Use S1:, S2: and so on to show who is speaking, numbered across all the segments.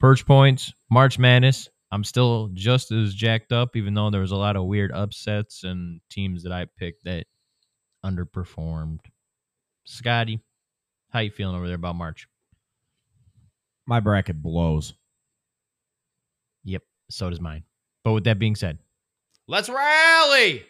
S1: Perch points, March Madness. I'm still just as jacked up, even though there was a lot of weird upsets and teams that I picked that underperformed. Scotty, how you feeling over there about March?
S2: My bracket blows.
S1: Yep, so does mine. But with that being said, let's rally.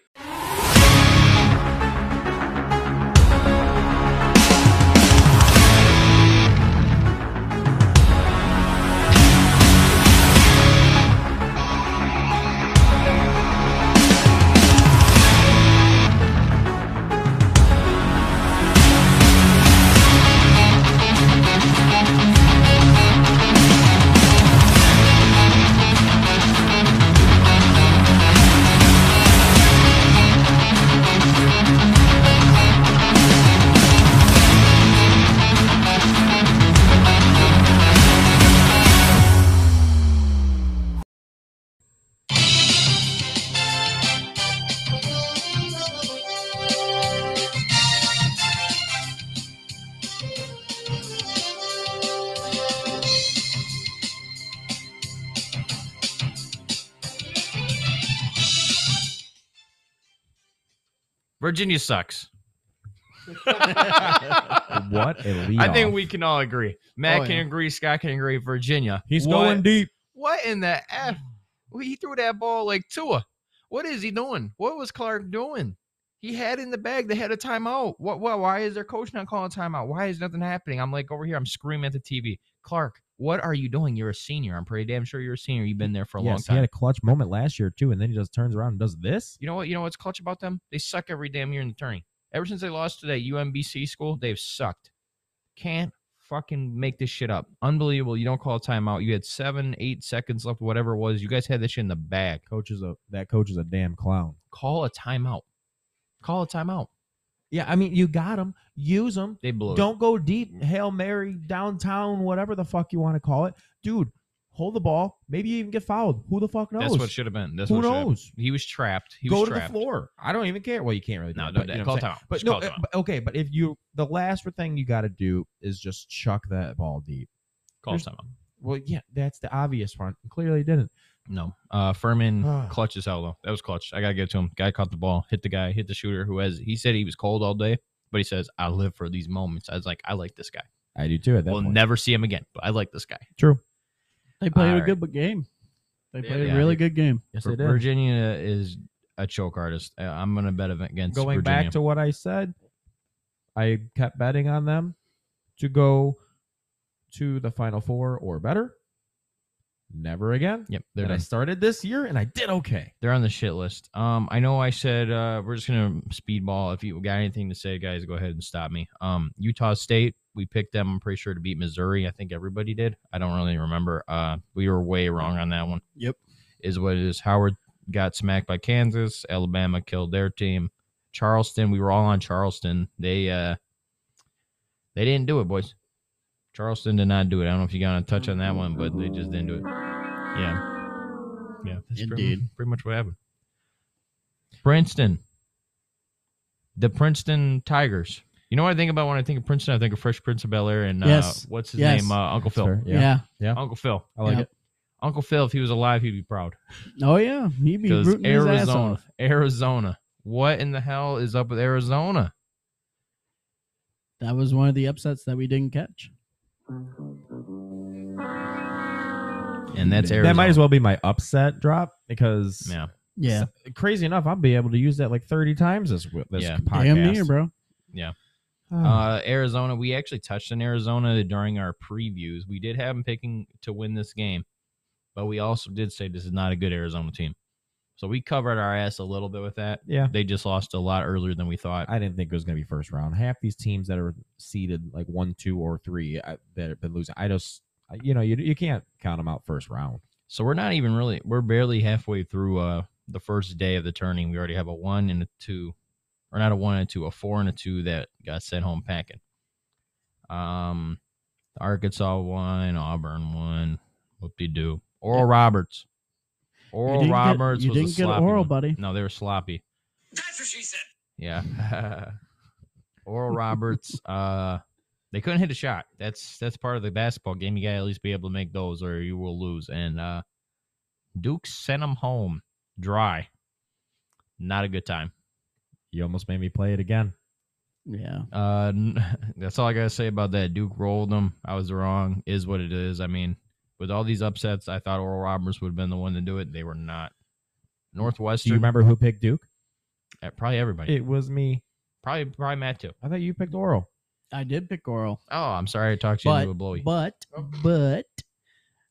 S1: Virginia sucks.
S2: What a lead
S1: I think we can all agree. Matt
S3: Oh,
S1: can
S3: yeah.
S1: agree. Scott can agree. Virginia.
S2: He's
S1: What-
S2: going deep.
S1: What in the f? Well, He threw that ball like Tua. What is he doing? What was Clark doing? He had it in the bag. They had a timeout. What? What? Why is their coach not calling timeout? Why is nothing happening? I'm like over here. I'm screaming at the TV. Clark, what are you doing? You're a senior. I'm pretty damn sure you're a senior. You've been there for a long
S2: yes,
S1: time.
S2: he had a clutch moment last year too, and then he just turns around and does this.
S1: You know what? You know what's clutch about them? They suck every damn year in the tourney. Ever since they lost to that UMBC school, they've sucked. Can't fucking make this shit up. Unbelievable. You don't call a timeout. You had seven, eight seconds left, whatever it was. You guys had this shit in the bag.
S2: Coach is a that coach is a damn clown.
S1: Call a timeout. Call a timeout.
S2: Yeah, I mean, you got him, use him.
S1: They blew it.
S2: Don't go deep, hail mary downtown, whatever the fuck you want to call it, dude. Hold the ball. Maybe you even get fouled. Who the fuck knows?
S1: That's what should have been. That's
S2: Who
S1: what should have been.
S2: knows?
S1: He was trapped. He
S2: go
S1: was
S2: to
S1: trapped.
S2: the floor. I don't even care. Well, you can't really. do
S1: No,
S2: it,
S1: don't
S2: but
S1: do that.
S2: you know
S1: Call
S2: what
S1: a
S2: I'm saying.
S1: timeout.
S2: But
S1: Just
S2: no,
S1: call a
S2: uh,
S1: timeout.
S2: but- okay. But if you, the last thing you got to do is just chuck that ball deep.
S1: Call a
S2: uh, there's-
S1: timeout.
S2: Well, yeah, that's the obvious one. Clearly didn't.
S1: No. Uh
S2: Ah.
S1: Furman clutch as hell though. That was clutch. I gotta give it to him. Guy caught the ball, hit the guy, hit the shooter who has he said he was cold all day, but he says, I live for these moments. I was like, I like this guy.
S2: I do too. At that
S1: we'll
S2: point.
S1: never see him again. But I like this guy.
S2: True.
S3: They played
S1: All
S3: a good game. They
S1: Yeah,
S3: played
S1: yeah.
S3: a really good game.
S2: Yes,
S1: Vir-
S2: they did.
S1: Virginia is a choke artist. Uh, I'm gonna bet against
S2: Going
S1: Virginia.
S2: back to what I said, I kept betting on them to go to the Final Four or better. Never again.
S1: yep, they're
S2: And I
S1: done.
S2: started this year, and I did okay.
S1: they're on the shit list. Um, I know I said uh, we're just gonna speedball. If you got anything to say, guys, go ahead and stop me. Um, Utah State, we picked them. I'm pretty sure to beat Missouri. I think everybody did. I don't really remember. Uh, we were way wrong on that one.
S3: Yep.
S1: is what it is. Howard got smacked by Kansas. Alabama killed their team. Charleston, we were all on Charleston. They uh they didn't do it, boys. Charleston did not do it. I don't know if you got a touch on that one, but they just didn't do it. Yeah. Yeah. That's Pretty,
S3: Indeed.
S1: pretty much what happened. Princeton. The Princeton Tigers. You know what I think about when I think of Princeton? I think of Fresh Prince of Bel Air and
S3: Yes.
S1: uh, what's his
S3: Yes.
S1: name? Uh, Uncle
S2: That's
S1: Phil.
S2: fair.
S3: Yeah.
S1: Uncle Phil.
S2: I like
S3: Yeah.
S2: it.
S1: Uncle Phil, if he was alive, he'd be proud
S3: Oh yeah. He'd be
S1: because
S3: rooting his ass
S1: Arizona,
S3: off.
S1: Arizona. What in the hell is up with Arizona?
S3: That was one of the upsets that we didn't catch.
S1: And that's Arizona.
S2: That might as well be my upset drop because
S1: Yeah,
S3: Yeah.
S2: crazy enough, I'll be able to use that like 30 times this this
S1: Yeah.
S2: podcast.
S3: Damn near, bro.
S2: Ah.
S1: uh, Arizona. We actually touched on Arizona during our previews. We did have them picking to win this game, but we also did say this is not a good Arizona team. So we covered our ass a little bit with that.
S2: yeah.
S1: They just lost a lot earlier than we thought.
S2: I didn't think it was going to be first round. Half these teams that are seeded like one, two, or three I, that have been losing. I just, I- you know, you, you can't count them out first round.
S1: So we're not even really. We're barely halfway through uh the first day of the turning. We already have a one and a two, or not a one and a two, a four and a two that got sent home packing. Um, Arkansas won, Auburn won. Whoop de doo. Oral Roberts.
S3: You
S1: Oral
S3: didn't get-
S1: Roberts
S3: you
S1: was
S3: didn't
S1: a
S3: get
S1: sloppy
S3: oral,
S1: one.
S3: buddy.
S1: No, they were sloppy.
S4: That's what she said.
S1: Yeah. Oral Roberts. Uh, They couldn't hit a shot. That's that's part of the basketball game. You gotta at least be able to make those, or you will lose. And uh, Duke sent them home dry. Not a good time.
S2: You almost made me play it again.
S3: Yeah.
S1: Uh, n- that's all I gotta say about that. Duke rolled them. I was wrong. Is what it is. I mean, with all these upsets, I thought Oral Roberts would have been the one to do it. They were not.
S2: Do
S1: Northwestern.
S2: you remember who picked Duke?
S1: uh, Probably everybody.
S2: It was me.
S1: probably probably Matt too.
S2: I thought you picked Oral.
S3: I did pick Oral.
S1: Oh, I'm sorry. I talked you
S3: But
S1: into a blowy.
S3: but but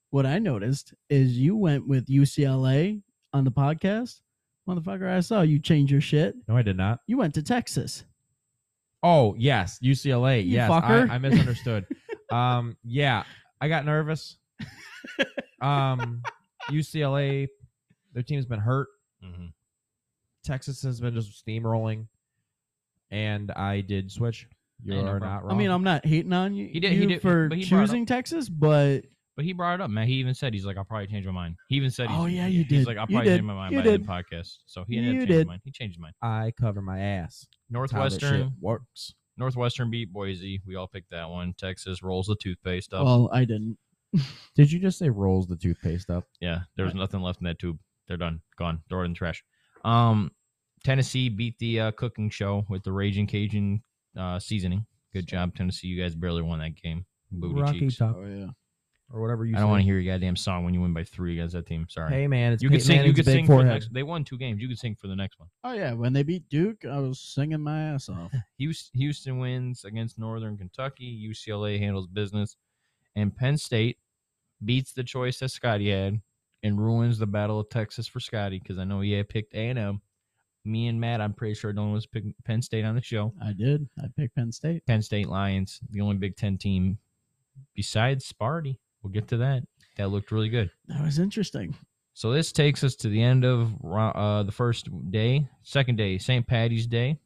S3: what I noticed is you went with UCLA on the podcast. Motherfucker, I saw you change your shit.
S2: No, I did not.
S3: You went to Texas.
S2: Oh yes, UCLA.
S3: You
S2: yes,
S3: fucker.
S2: I, I misunderstood. um, yeah, I got nervous. Um, UCLA, their team's been hurt.
S1: Mhm.
S2: Texas has been just steamrolling, and I did switch.
S1: no
S2: You're
S1: problem.
S2: not wrong.
S3: I mean, I'm not hating on you,
S1: He did- he
S3: you
S1: did-
S3: for
S1: but he brought up-
S3: choosing Texas, but
S1: But he brought it up, man. He even said he's like, I'll probably change my mind. He even said, he's,
S3: Oh, yeah, you
S1: He's
S3: did.
S1: like, I'll
S3: You
S1: probably
S3: did.
S1: change my mind
S3: You
S1: by the end
S3: did.
S1: of the podcast. So he ended
S3: You
S1: up changing his
S3: did.
S1: mind. He changed his mind.
S2: I cover my ass. That's how this shit
S1: Northwestern,
S2: works.
S1: Northwestern beat Boise. We all picked that one. Texas rolls the toothpaste up.
S3: well, I didn't.
S2: Did you just say rolls the toothpaste up?
S1: yeah, there's nothing left in that tube. They're done, gone, throw it in the trash. Um, Tennessee beat the uh, cooking show with the Raging Cajun uh, seasoning. Good job, Tennessee. You guys barely won that game. Booty
S2: Rocky
S1: cheeks.
S2: top
S3: Oh yeah.
S2: or whatever you.
S1: I don't want to hear your goddamn song when you win by three against that team. Sorry.
S2: Hey man, it's
S1: you could
S2: Peyton
S1: sing. You
S2: Manning's
S1: could
S2: big
S1: sing for the
S2: forehead.
S1: next. They won two games. You could sing for the next one.
S3: Oh yeah. When they beat Duke, I was singing my ass off.
S1: Houston, Houston wins against Northern Kentucky. UCLA handles business, and Penn State beats the choice that Scotty had and ruins the battle of Texas for Scotty because I know he had picked A and M. Me and Matt, I'm pretty sure no one was picking Penn State on the show.
S3: I did. I picked Penn State.
S1: Penn State Lions, the only Big Ten team besides Sparty. We'll get to that. That looked really good.
S3: That was interesting.
S1: So this takes us to the end of ro- uh, the first day, second day, St. Patty's Day.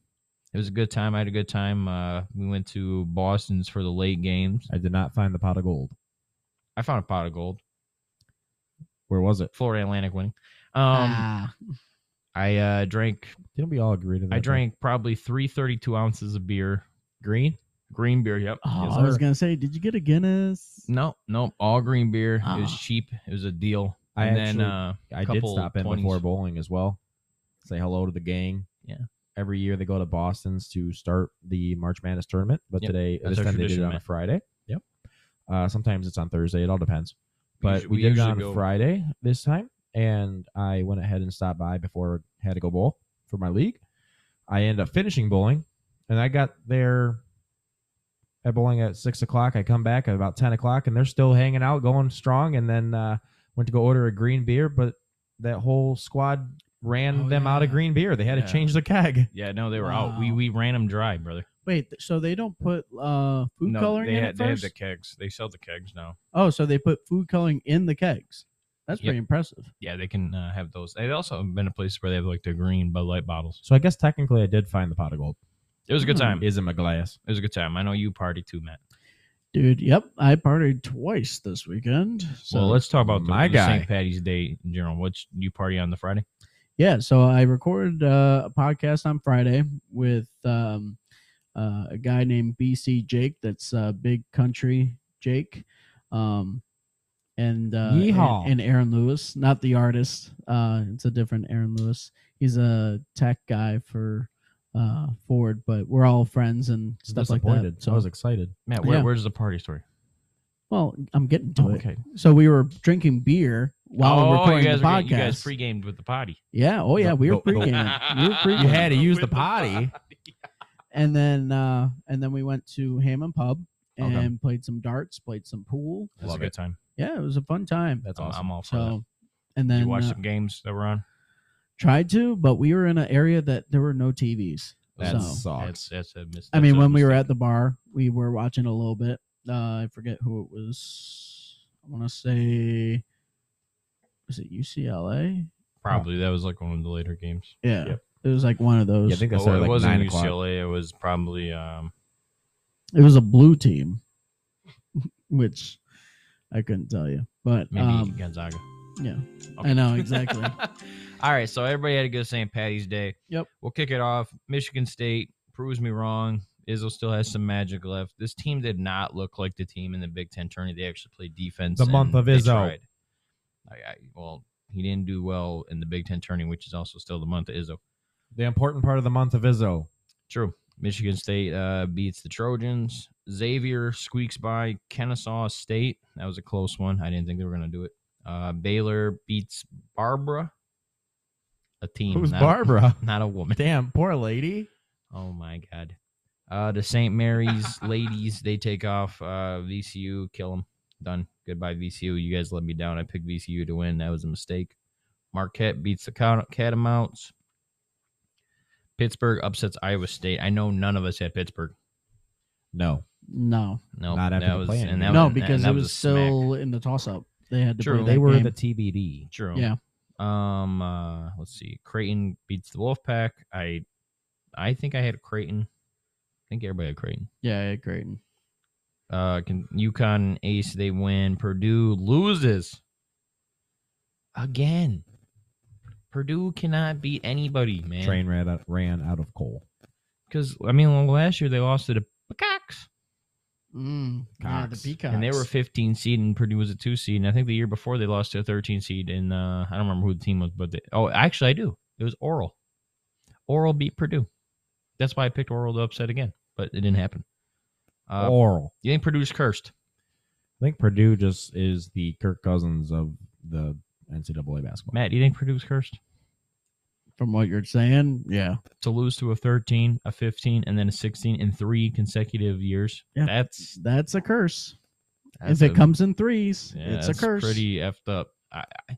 S1: It was a good time. I had a good time. Uh, we went to Boston's for the late games.
S2: I did not find the pot of gold.
S1: I found a pot of gold.
S2: Where was it?
S1: Florida Atlantic winning. Um,
S3: Ah,
S1: I uh, drank.
S2: Didn't we all agree to that?
S1: I drank probably three thirty-two ounces of beer,
S2: green.
S1: green beer. Yep.
S3: oh,
S1: Yes,
S3: I was
S1: sir.
S3: gonna say, did you get a Guinness?
S1: no, no, all green beer. It was
S3: Ah.
S1: cheap. It was a deal.
S2: I
S1: and then
S2: actually-
S1: uh,
S2: I did
S1: couple
S2: stop in
S1: 20s.
S2: before bowling as well. Say hello to the gang.
S1: Yeah.
S2: Every year they go to Boston's to start the March Madness tournament, but
S1: Yep.
S2: today
S1: That's
S2: this
S1: our
S2: time they did
S1: tradition,
S2: it on a
S1: man.
S2: Friday. Yep. Uh, sometimes it's on Thursday. It all depends. But
S1: usu-
S2: we, did it
S1: usually
S2: on
S1: go-
S2: Friday this time, and I went ahead and stopped by before I had to go bowl for my league. I ended up finishing bowling, and I got there at bowling at six o'clock. I come back at about ten o'clock, and they're still hanging out, going strong. And then uh, went to go order a green beer, but that whole squad ran
S3: Oh,
S2: them out of
S3: yeah.
S2: green beer. They had
S1: Yeah.
S2: to change the keg.
S1: Yeah, no, they were out. We
S3: Wow.
S1: we ran them dry, brother.
S3: Wait, th- so they don't put uh food coloring
S1: they
S3: in
S1: had,
S3: it
S1: They have
S3: first?
S1: the kegs. They sell the kegs now.
S3: Oh, so they put food coloring in the kegs. That's
S1: Yep.
S3: pretty impressive.
S1: Yeah, they can uh, have those. They've also been to places where they have like the green Bud Light bottles.
S2: So I guess technically I did find the pot of gold.
S1: It was a good
S3: Hmm.
S1: time. It
S2: Is in my glass.
S1: was a good time. I know you party too, Matt.
S3: Dude, yep. I partied twice this weekend. So
S1: well, let's talk about the,
S2: my
S1: the
S2: guy.
S1: St. Patty's Day in general. What's you party on the Friday?
S3: yeah, so I recorded uh, a podcast on Friday with um, uh, a guy named BC Jake. That's uh, Big Country Jake, um, and uh, and-
S2: Yeehaw.
S3: and Aaron Lewis, not the artist. Uh, it's a different Aaron Lewis. He's a tech guy for uh, Ford, but we're all friends and stuff like that.
S2: So I was excited.
S1: Matt, where,
S3: Yeah.
S1: where's the party story?
S3: well, I'm getting to it.
S2: Oh, okay.
S3: So we were drinking beer while
S1: oh,
S3: recording
S1: you guys
S3: the
S1: were
S3: podcast.
S1: getting- you guys pre-gamed with the potty.
S3: yeah. Oh yeah,
S2: Go-
S3: we
S2: go-
S3: were
S2: go.
S3: pre-gaming. we were pre-gaming.
S2: You had to use the
S1: With
S2: potty.
S3: and then uh, and then we went to Hammond Pub
S1: Okay.
S3: and played some darts, played some pool.
S1: It was a
S2: Love
S1: good
S2: it.
S1: time.
S3: Yeah, it was a fun time.
S2: That's
S1: I'm,
S2: awesome.
S1: I'm all for
S3: so, and
S1: that.
S3: then
S1: You watched
S3: uh,
S1: some games that were on.
S3: tried to, but we were in an area that there were no TVs.
S2: That
S3: so-
S1: That's
S2: sucks.
S1: that's a mis-
S3: I
S1: that's
S3: mean,
S1: a
S3: when we were
S1: mistake.
S3: at the bar, we were watching a little bit. Uh, I forget who it was. I want to say, was it UCLA?
S1: probably that was like one of the later games.
S3: Yeah,
S1: Yep.
S3: it was like one of those.
S2: Yeah, I think I
S1: Oh,
S2: started
S1: it
S2: like
S1: wasn't
S2: nine o'clock.
S1: UCLA. It was probably um,
S3: It was a blue team, which I couldn't tell you. But
S1: maybe
S3: um,
S1: Gonzaga.
S3: yeah,
S1: Okay.
S3: I know exactly.
S1: All right, so everybody had a good St. Patty's Day.
S3: Yep.
S1: We'll kick it off. Michigan State proves me wrong. Izzo still has some magic left. This team did not look like the team in the Big Ten tourney. They actually played defense.
S2: The month
S1: and
S2: of
S1: they
S2: Izzo.
S1: tried. I, I, well, he didn't do well in the Big Ten tourney, which is also still the month of Izzo.
S2: The important part of the month of Izzo.
S1: True. Michigan State uh, beats the Trojans. Xavier squeaks by Kennesaw State. That was a close one. I didn't think they were going to do it. Uh, Baylor beats Barbara. A team.
S2: Who's
S1: not,
S2: Barbara?
S1: Not a woman.
S2: Damn, poor lady.
S1: Oh my God. Uh, the St. Mary's ladies, they take off. Uh, VCU, kill them. Done. Goodbye, VCU. You guys let me down. I picked VCU to win. That was a mistake. Marquette beats the Cat- Catamounts. Pittsburgh upsets Iowa State. I know none of us had Pittsburgh.
S2: No.
S3: No,
S1: No,
S2: Not after
S1: that
S2: the
S1: was
S2: play-in
S1: and that
S2: game.
S3: no,
S1: was,
S3: because
S1: and that
S3: it was,
S1: a smack.
S3: still in the toss-up. They had to
S1: True.
S3: play
S2: They
S3: that
S2: were
S3: game.
S2: the TBD.
S1: True.
S3: Yeah.
S1: Um. Uh, let's see. Creighton beats the Wolfpack. I, I think I had Creighton. I think everybody had Creighton.
S3: yeah, yeah, Creighton.
S1: Uh, can, UConn Ace they win. Purdue loses again. Purdue cannot beat anybody, man.
S2: Train ran out, ran out of coal.
S1: Because I mean, last year they lost to the Peacocks,
S3: Mm, yeah, the
S2: Cox.
S3: Peacocks.
S1: and they were 15 seed, and Purdue was a two seed. And I think the year before they lost to a 13 seed, and uh, I don't remember who the team was, but they, oh, actually I do. It was Oral. Oral beat Purdue. That's why I picked Oral to upset again, but it didn't happen. Uh,
S2: Oral.
S1: You think Purdue's cursed?
S2: I think Purdue just is the Kirk Cousins of the NCAA basketball.
S1: Matt, you think Purdue's cursed?
S3: from what you're saying. Yeah,
S1: to lose to a 13, a 15, and then a 16 in three consecutive years.
S3: Yeah.
S1: That's,
S3: that's a curse.
S1: that's
S3: if it
S1: a-
S3: comes in threes,
S1: yeah,
S3: it's a
S1: that's
S3: curse.
S1: Pretty effed up. I, I,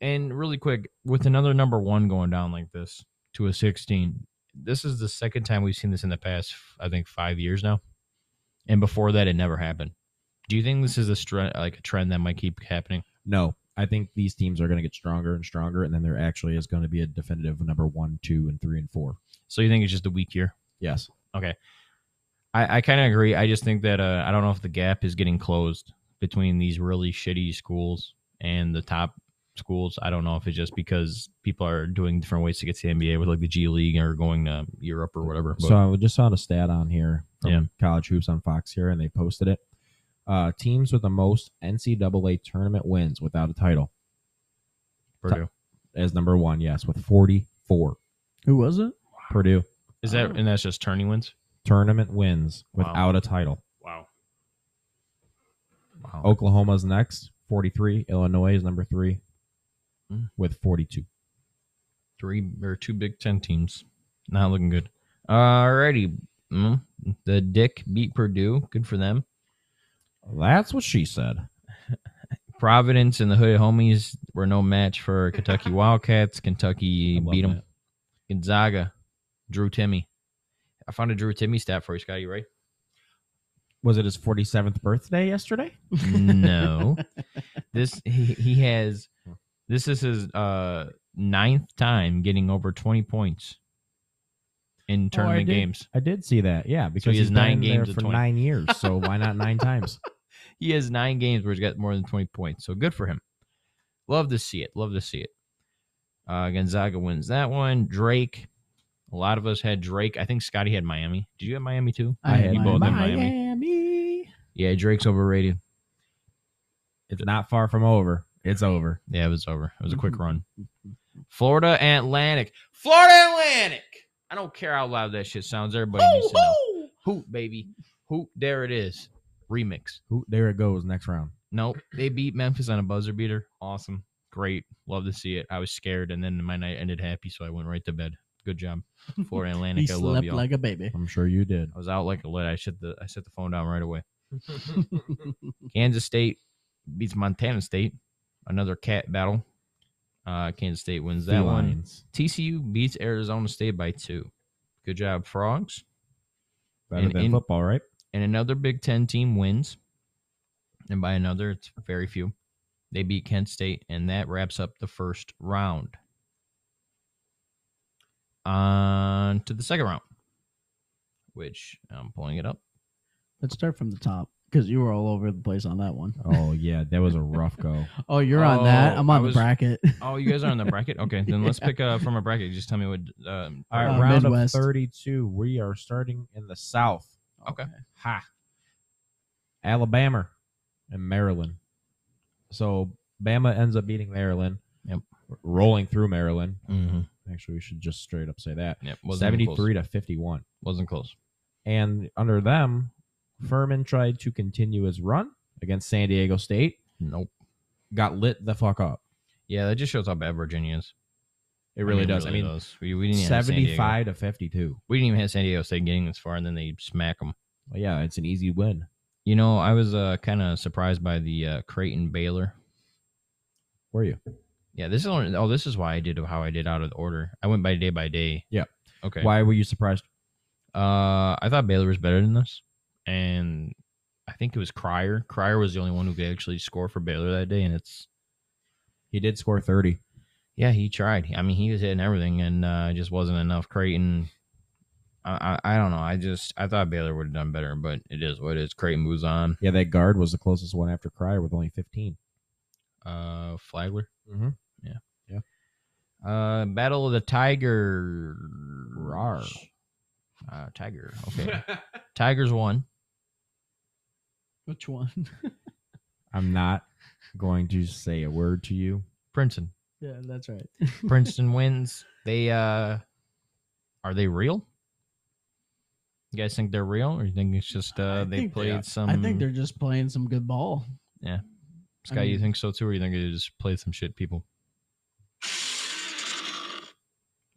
S1: and really quick, with another number one going down like this to a 16, this is the second time we've seen this in the past, I think, five years now. And before that, it never happened. Do you think this is a stre- like a trend that might keep happening?
S2: No, I think these teams are going to get stronger and stronger, and then there actually is going to be a definitive number one, two, and three, and four.
S1: So you think it's just a weak year?
S2: Yes.
S1: I, I kind of agree. I just think that uh, I don't know if the gap is getting closed between these really shitty schools and the top schools. I don't know if it's just because people are doing different ways to get to the NBA with like the G League or going to Europe or whatever. But
S2: So I just found a stat on here from
S1: Yeah.
S2: College Hoops on Fox here, and they posted it. Uh, teams with the most NCAA tournament wins without a title
S1: Purdue
S2: as number one, yes, with 44.
S3: Who was it?
S2: Purdue
S1: is that, and that's just tourney wins.
S2: tournament wins
S1: Wow.
S2: without a title.
S1: Wow. Wow.
S2: Oklahoma's next, 43. Illinois is number three
S1: Hmm.
S2: with 42.
S1: Three or two Big Ten teams. Not looking good. Alrighty. Mm, the Dick beat Purdue. Good for them.
S2: That's what she said.
S1: Providence and the Hood Homies were no match for Kentucky Wildcats. Kentucky
S2: I love
S1: beat them.
S2: that.
S1: Gonzaga, Drew Timmy. I found a Drew Timmy stat for you, Scotty, right?
S2: Was it his 47th birthday yesterday?
S1: No. this he, he has this is his uh ninth time getting over 20 points in tournament
S2: did.
S1: games.
S2: Oh, I did see that. Yeah, because
S1: he has
S2: he's
S1: nine
S2: nine games
S1: games of
S2: for
S1: 20.
S2: nine years. So why not nine times?
S1: He has 9 games where he's got more than 20 points. So good for him. Love to see it. Love to see it. Uh Gonzaga wins that one. Drake a lot of us had Drake. I think Scotty had Miami. Did you have Miami too?
S3: I had
S1: you both had
S3: Miami.
S1: Miami. Yeah, Drake's overrated.
S2: It's not far from over. It's over.
S1: Yeah, it was over. It was a quick run. Florida Atlantic. Florida Atlantic. I don't care how loud that shit sounds. Everybody needs to know. Hoot, baby. Hoot. There it is. Remix.
S2: Ooh, there it goes. Next round.
S1: Nope. They beat Memphis on a buzzer beater. Awesome. Great. Love to see it. I was scared, and then my night ended happy, so I went right to bed. Good job. Florida
S3: He
S1: Atlantic. I love
S3: slept
S1: you.
S3: like a baby.
S2: I'm sure you did.
S1: I was out like a lid. I shut the I set the phone down right away. Kansas State beats Montana State. Another cat battle. Uh, Kansas State wins that one.
S2: Felines.
S1: TCU beats Arizona State by two. Good job, Frogs.
S2: Better
S1: And
S2: than
S1: in-
S2: football, right?
S1: And another Big Ten team wins. And by another, it's very few. They beat Kent State, and that wraps up the first round. On to the second round, which I'm pulling it up.
S3: Let's start from the top. because you were all over the place on that one.
S2: Oh yeah, that was a rough go.
S3: Oh, you're on that.
S1: Oh,
S3: I'm
S1: I
S3: on
S1: was-
S3: the bracket.
S1: Oh, you guys are on the bracket. Okay, then let's pick uh, from a bracket. Just tell me what. Um,
S2: All right,
S3: Uh,
S2: round
S3: Midwest.
S2: of 32. We are starting in the South.
S1: Okay.
S2: Ha. Alabama and Maryland. So Bama ends up beating Maryland.
S1: Yep.
S2: Rolling through Maryland.
S1: mm-hmm.
S2: Actually, we should just straight up say that.
S1: Yep, wasn't even close.
S2: 73 to 51.
S1: wasn't close.
S2: And under them, Furman tried to continue his run against San Diego State,
S1: Nope.
S2: got lit the fuck up.
S1: Yeah, that just shows how bad Virginia is.
S2: It really does. I mean,
S1: does. We, we didn't have San Diego.
S2: 75 to 52.
S1: We didn't even have San Diego State getting this far, and then they smack them.
S2: Well, yeah, it's an easy win.
S1: You know, I was uh, kind of surprised by the uh, Creighton Baylor.
S2: Were you?
S1: Yeah, this is only, oh, this is why I did how I did out of the order. I went by day by day.
S2: Yeah.
S1: Okay.
S2: Why were you surprised?
S1: Uh, I thought Baylor was better than this, and I think it was Crier. Crier was the only one who could actually score for Baylor that day, and it's
S2: He did score 30.
S1: yeah, he tried. I mean, he was hitting everything, and uh, it just wasn't enough. Creighton, I, I I don't know. I just I thought Baylor would have done better, but it is what it is. Creighton moves on.
S2: Yeah, that guard was the closest one after Cryer with only 15.
S1: Uh, Flagler.
S2: Mm-hmm.
S1: Uh, Battle of the Tiger.
S2: Rar.
S1: Uh, Tiger. Okay. Tigers won.
S3: Which one?
S2: I'm not going to say a word to you.
S1: Princeton.
S3: yeah, that's right.
S1: Princeton wins. They uh are they real? You guys think they're real, or you think it's just uh
S3: I
S1: they
S3: think they
S1: played
S3: are.
S1: some?
S3: I think they're just playing some good ball.
S1: Sky. you
S3: mean-
S1: think so too, or you think they just played some shit people?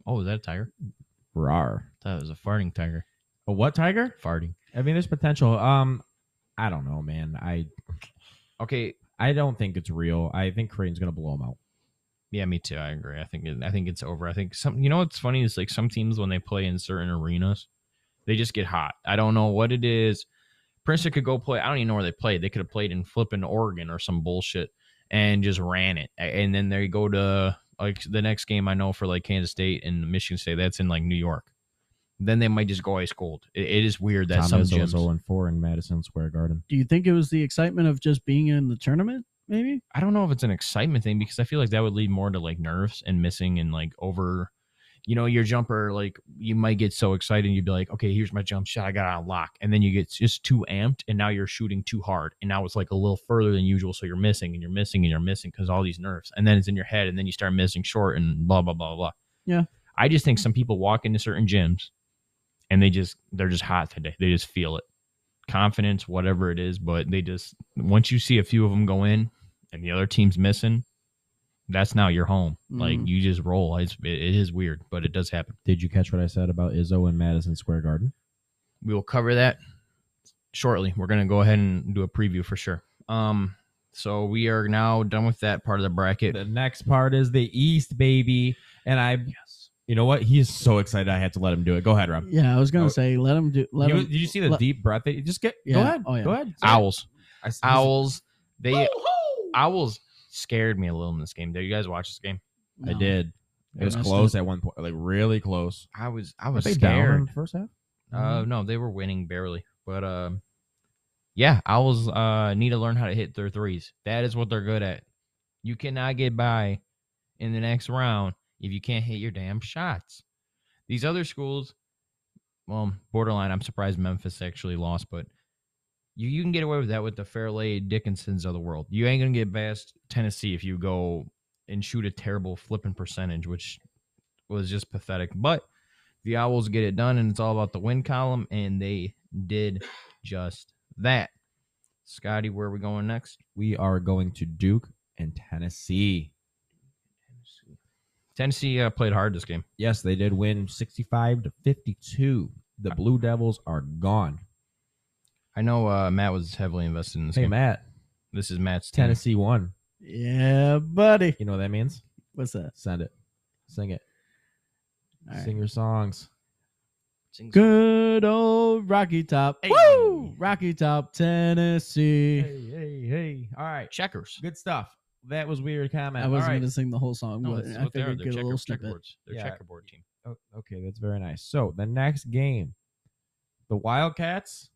S1: Oh, is that a tiger?
S2: Rar.
S1: That was a farting tiger.
S2: A what tiger?
S1: Farting.
S2: I mean, there's potential. Um, I don't know, man. I
S1: Okay.
S2: I don't think it's real. I think Creighton's gonna blow him out.
S1: Yeah, me too. I agree. I think it, I think it's over. I think some. You know what's funny is like some teams when they play in certain arenas, they just get hot. I don't know what it is. Princeton could go play. I don't even know where they played. They could have played in flipping Oregon or some bullshit and just ran it. A- And then they go to like the next game I know for like Kansas State and Michigan State. That's in like New York. Then they might just go ice cold. It, it is weird that
S2: Tom
S1: some
S2: Izzo is
S1: gyms.
S2: 0 and 4 in Madison Square Garden.
S3: Do you think it was the excitement of just being in the tournament? Maybe.
S1: I don't know if it's an excitement thing because I feel like that would lead more to like nerves and missing and like over, you know, your jumper. Like you might get so excited, you'd be like, okay, here's my jump shot. I got it on lock. And then you get just too amped and now you're shooting too hard. And now it's like a little further than usual. So you're missing and you're missing and you're missing because all these nerves. And then it's in your head and then you start missing short and blah, blah, blah, blah.
S3: Yeah.
S1: I just think some people walk into certain gyms and they just, they're just hot today. They just feel it. Confidence, whatever it is, but they just, once you see a few of them go in, and the other team's missing, that's now your home. Like
S3: Mhm.
S1: you just roll. It's it, it is weird, but it does happen.
S2: Did you catch what I said about Izzo in Madison Square Garden?
S1: We will cover that shortly. We're gonna go ahead and do a preview for sure. Um, so we are now done with that part of the bracket.
S2: The next part is the East, baby. And I,
S1: Yes.
S2: you know what? He is so excited. I had to let him do it. Go ahead, Rob.
S3: Yeah, I was gonna
S2: Oh.
S3: say let him do. Let
S2: You-
S3: him.
S2: did you see the
S3: let-
S2: deep breath? That you just get. Go
S3: Yeah.
S2: ahead.
S3: Oh, yeah.
S2: Go ahead.
S1: Owls,
S2: I- he's-
S1: owls. They owls scared me a little in this game. Did you guys watch this game?
S2: I
S3: No.
S2: did.
S3: I
S2: It was
S3: missed
S2: close at one point, like really close.
S1: I was I
S2: Were
S1: was
S2: they down in
S1: scared.
S2: the first half? Mm-hmm.
S1: Uh, no, they were winning barely. But um, yeah, Owls uh need to learn how to hit their threes. That is what they're good at. You cannot get by in the next round if you can't hit your damn shots. These other schools, well, borderline. I'm surprised Memphis actually lost, but you you can get away with that with the Fairleigh Dickinsons of the world. You ain't gonna get past Tennessee if you go and shoot a terrible flipping percentage, which was just pathetic. But the Owls get it done, and it's all about the win column, and they did just that. Scotty, where are we going next?
S2: we are going to Duke and Tennessee.
S1: Tennessee uh, played hard this game.
S2: Yes, they did win 65 to 52. The Blue Devils are gone.
S1: I know uh, Matt was heavily invested in this
S2: Hey,
S1: game.
S2: Matt,
S1: This is Matt's team.
S2: Tennessee won.
S3: Yeah, buddy.
S2: You know what that means?
S3: What's that?
S2: Send it. Sing it.
S3: All right.
S2: Sing your songs.
S3: Good old Rocky Top. Woo! Rocky Top, Tennessee.
S2: hey, hey. All right.
S1: Checkers.
S2: Good stuff. That was weird comment.
S3: I
S2: All
S3: wasn't
S2: right.
S3: gonna sing the whole song,
S1: No,
S3: but
S1: this is
S3: I
S1: what they are.
S3: figured
S1: They're
S3: get a little
S1: checker,
S3: snippet.
S1: checkerboards. They're
S2: Yeah.
S1: checkerboard team.
S2: Oh, okay, that's very nice. So the next game, the Wildcats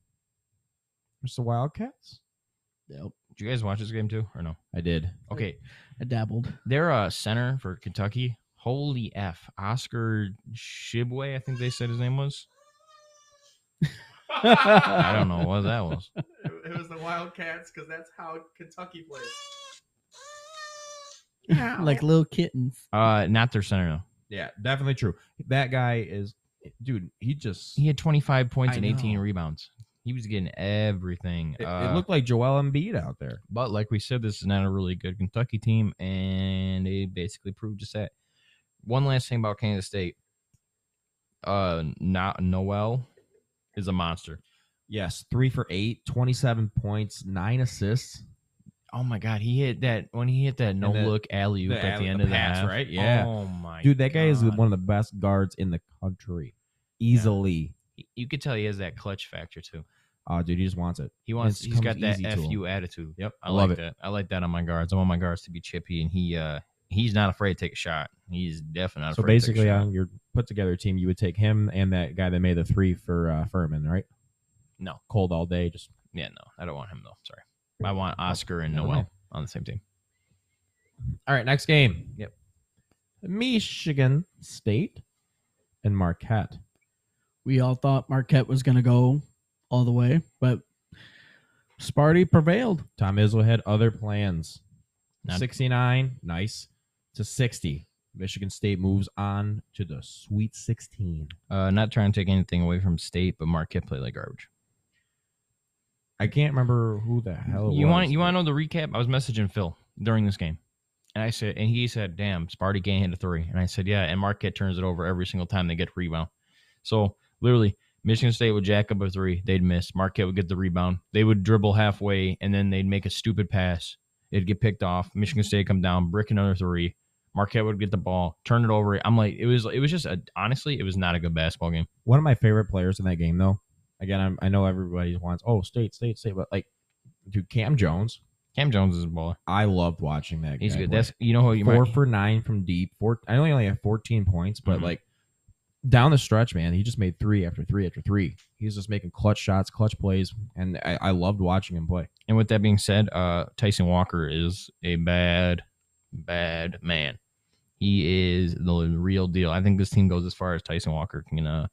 S2: It's the Wildcats.
S3: Yep.
S1: Did you guys watch this game too or no?
S2: I did.
S1: Okay,
S3: I dabbled.
S1: they're a center for Kentucky. Holy f, Oscar Shibway, I think they said his name was. I don't know what that was.
S5: It was the Wildcats because that's how Kentucky plays.
S3: like little kittens.
S1: Uh, not their center though.
S2: Yeah, definitely true. That guy is, dude. He just
S1: He had 25 points
S2: I
S1: and 18
S2: know.
S1: rebounds. He was getting everything.
S2: it, it
S1: Uh,
S2: looked like Joel Embiid out there.
S1: but like we said, this is not a really good Kentucky team, and they basically proved just that. One last thing about Kansas State. Uh, not Noel is a monster.
S2: Yes, three for eight, 27 points, nine assists.
S1: Oh my god, he hit that when he hit that no
S2: the-
S1: look alley oop
S2: the
S1: at the
S2: alley-
S1: end
S2: the
S1: of the
S2: pass,
S1: half.
S2: right? Yeah.
S1: Oh my,
S2: Dude, that guy is
S1: God.
S2: one of the best guards in the country, easily.
S1: You could tell he has that clutch factor too.
S2: Oh, dude, he just wants it.
S1: He wants.
S2: It
S1: he's got
S2: comes
S1: that
S2: easy to him.
S1: fu attitude.
S2: Yep,
S1: I, like that. I like that on my guards. I want my guards to be chippy, and he uh he's not afraid to take a shot. He's definitely not
S2: So
S1: afraid. to
S2: basically,
S1: take
S2: uh,
S1: a shot.
S2: on your put together team, you would take him and that guy that made the three for uh, Furman, right?
S1: No.
S2: cold all day. Just
S1: yeah, no, I don't want him though. Sorry, I want Oscar and Noel
S2: Okay.
S1: on the same team.
S2: all right. Next game.
S1: Yep.
S2: Michigan State and Marquette.
S3: We all thought Marquette was going to go all the way, but Sparty prevailed.
S2: Tom Izzo had other plans.
S1: Not-
S2: 69, nice to 60. Michigan State moves on to the Sweet 16.
S1: Uh, not trying to take anything away from State, but Marquette played like garbage.
S2: I can't remember who the hell it
S1: You
S2: was.
S1: want you want to know the recap? I was messaging Phil during this game, and I said, and he said, "Damn, Sparty Gang hit a three. and I said, "Yeah," and Marquette turns it over every single time they get a rebound. So literally, Michigan State would jack up a three, they'd miss. Marquette would get the rebound, they would dribble halfway, and then they'd make a stupid pass. It'd get picked off. Michigan
S2: Mm-hmm.
S1: State come down, brick another three. Marquette would get the ball, turn it over. I'm like, it was it was just a, honestly, it was not a good basketball game.
S2: One of my favorite players in that game, though. Again, I'm, I know everybody wants, oh, State, State, State, but like, dude, Cam Jones,
S1: Cam Jones is a baller.
S2: I loved watching that.
S1: He's
S2: guy
S1: good.
S2: play.
S1: That's you know who you
S2: four
S1: might.
S2: for nine from deep. Four. I only only had 14 points, but
S1: Mhm.
S2: like down the stretch, man, he just made three after three after three. He's just making clutch shots, clutch plays, and I, I loved watching him play.
S1: And with that being said, uh, Tyson Walker is a bad, bad man. He is the real deal. I think this team goes as far as Tyson Walker can uh,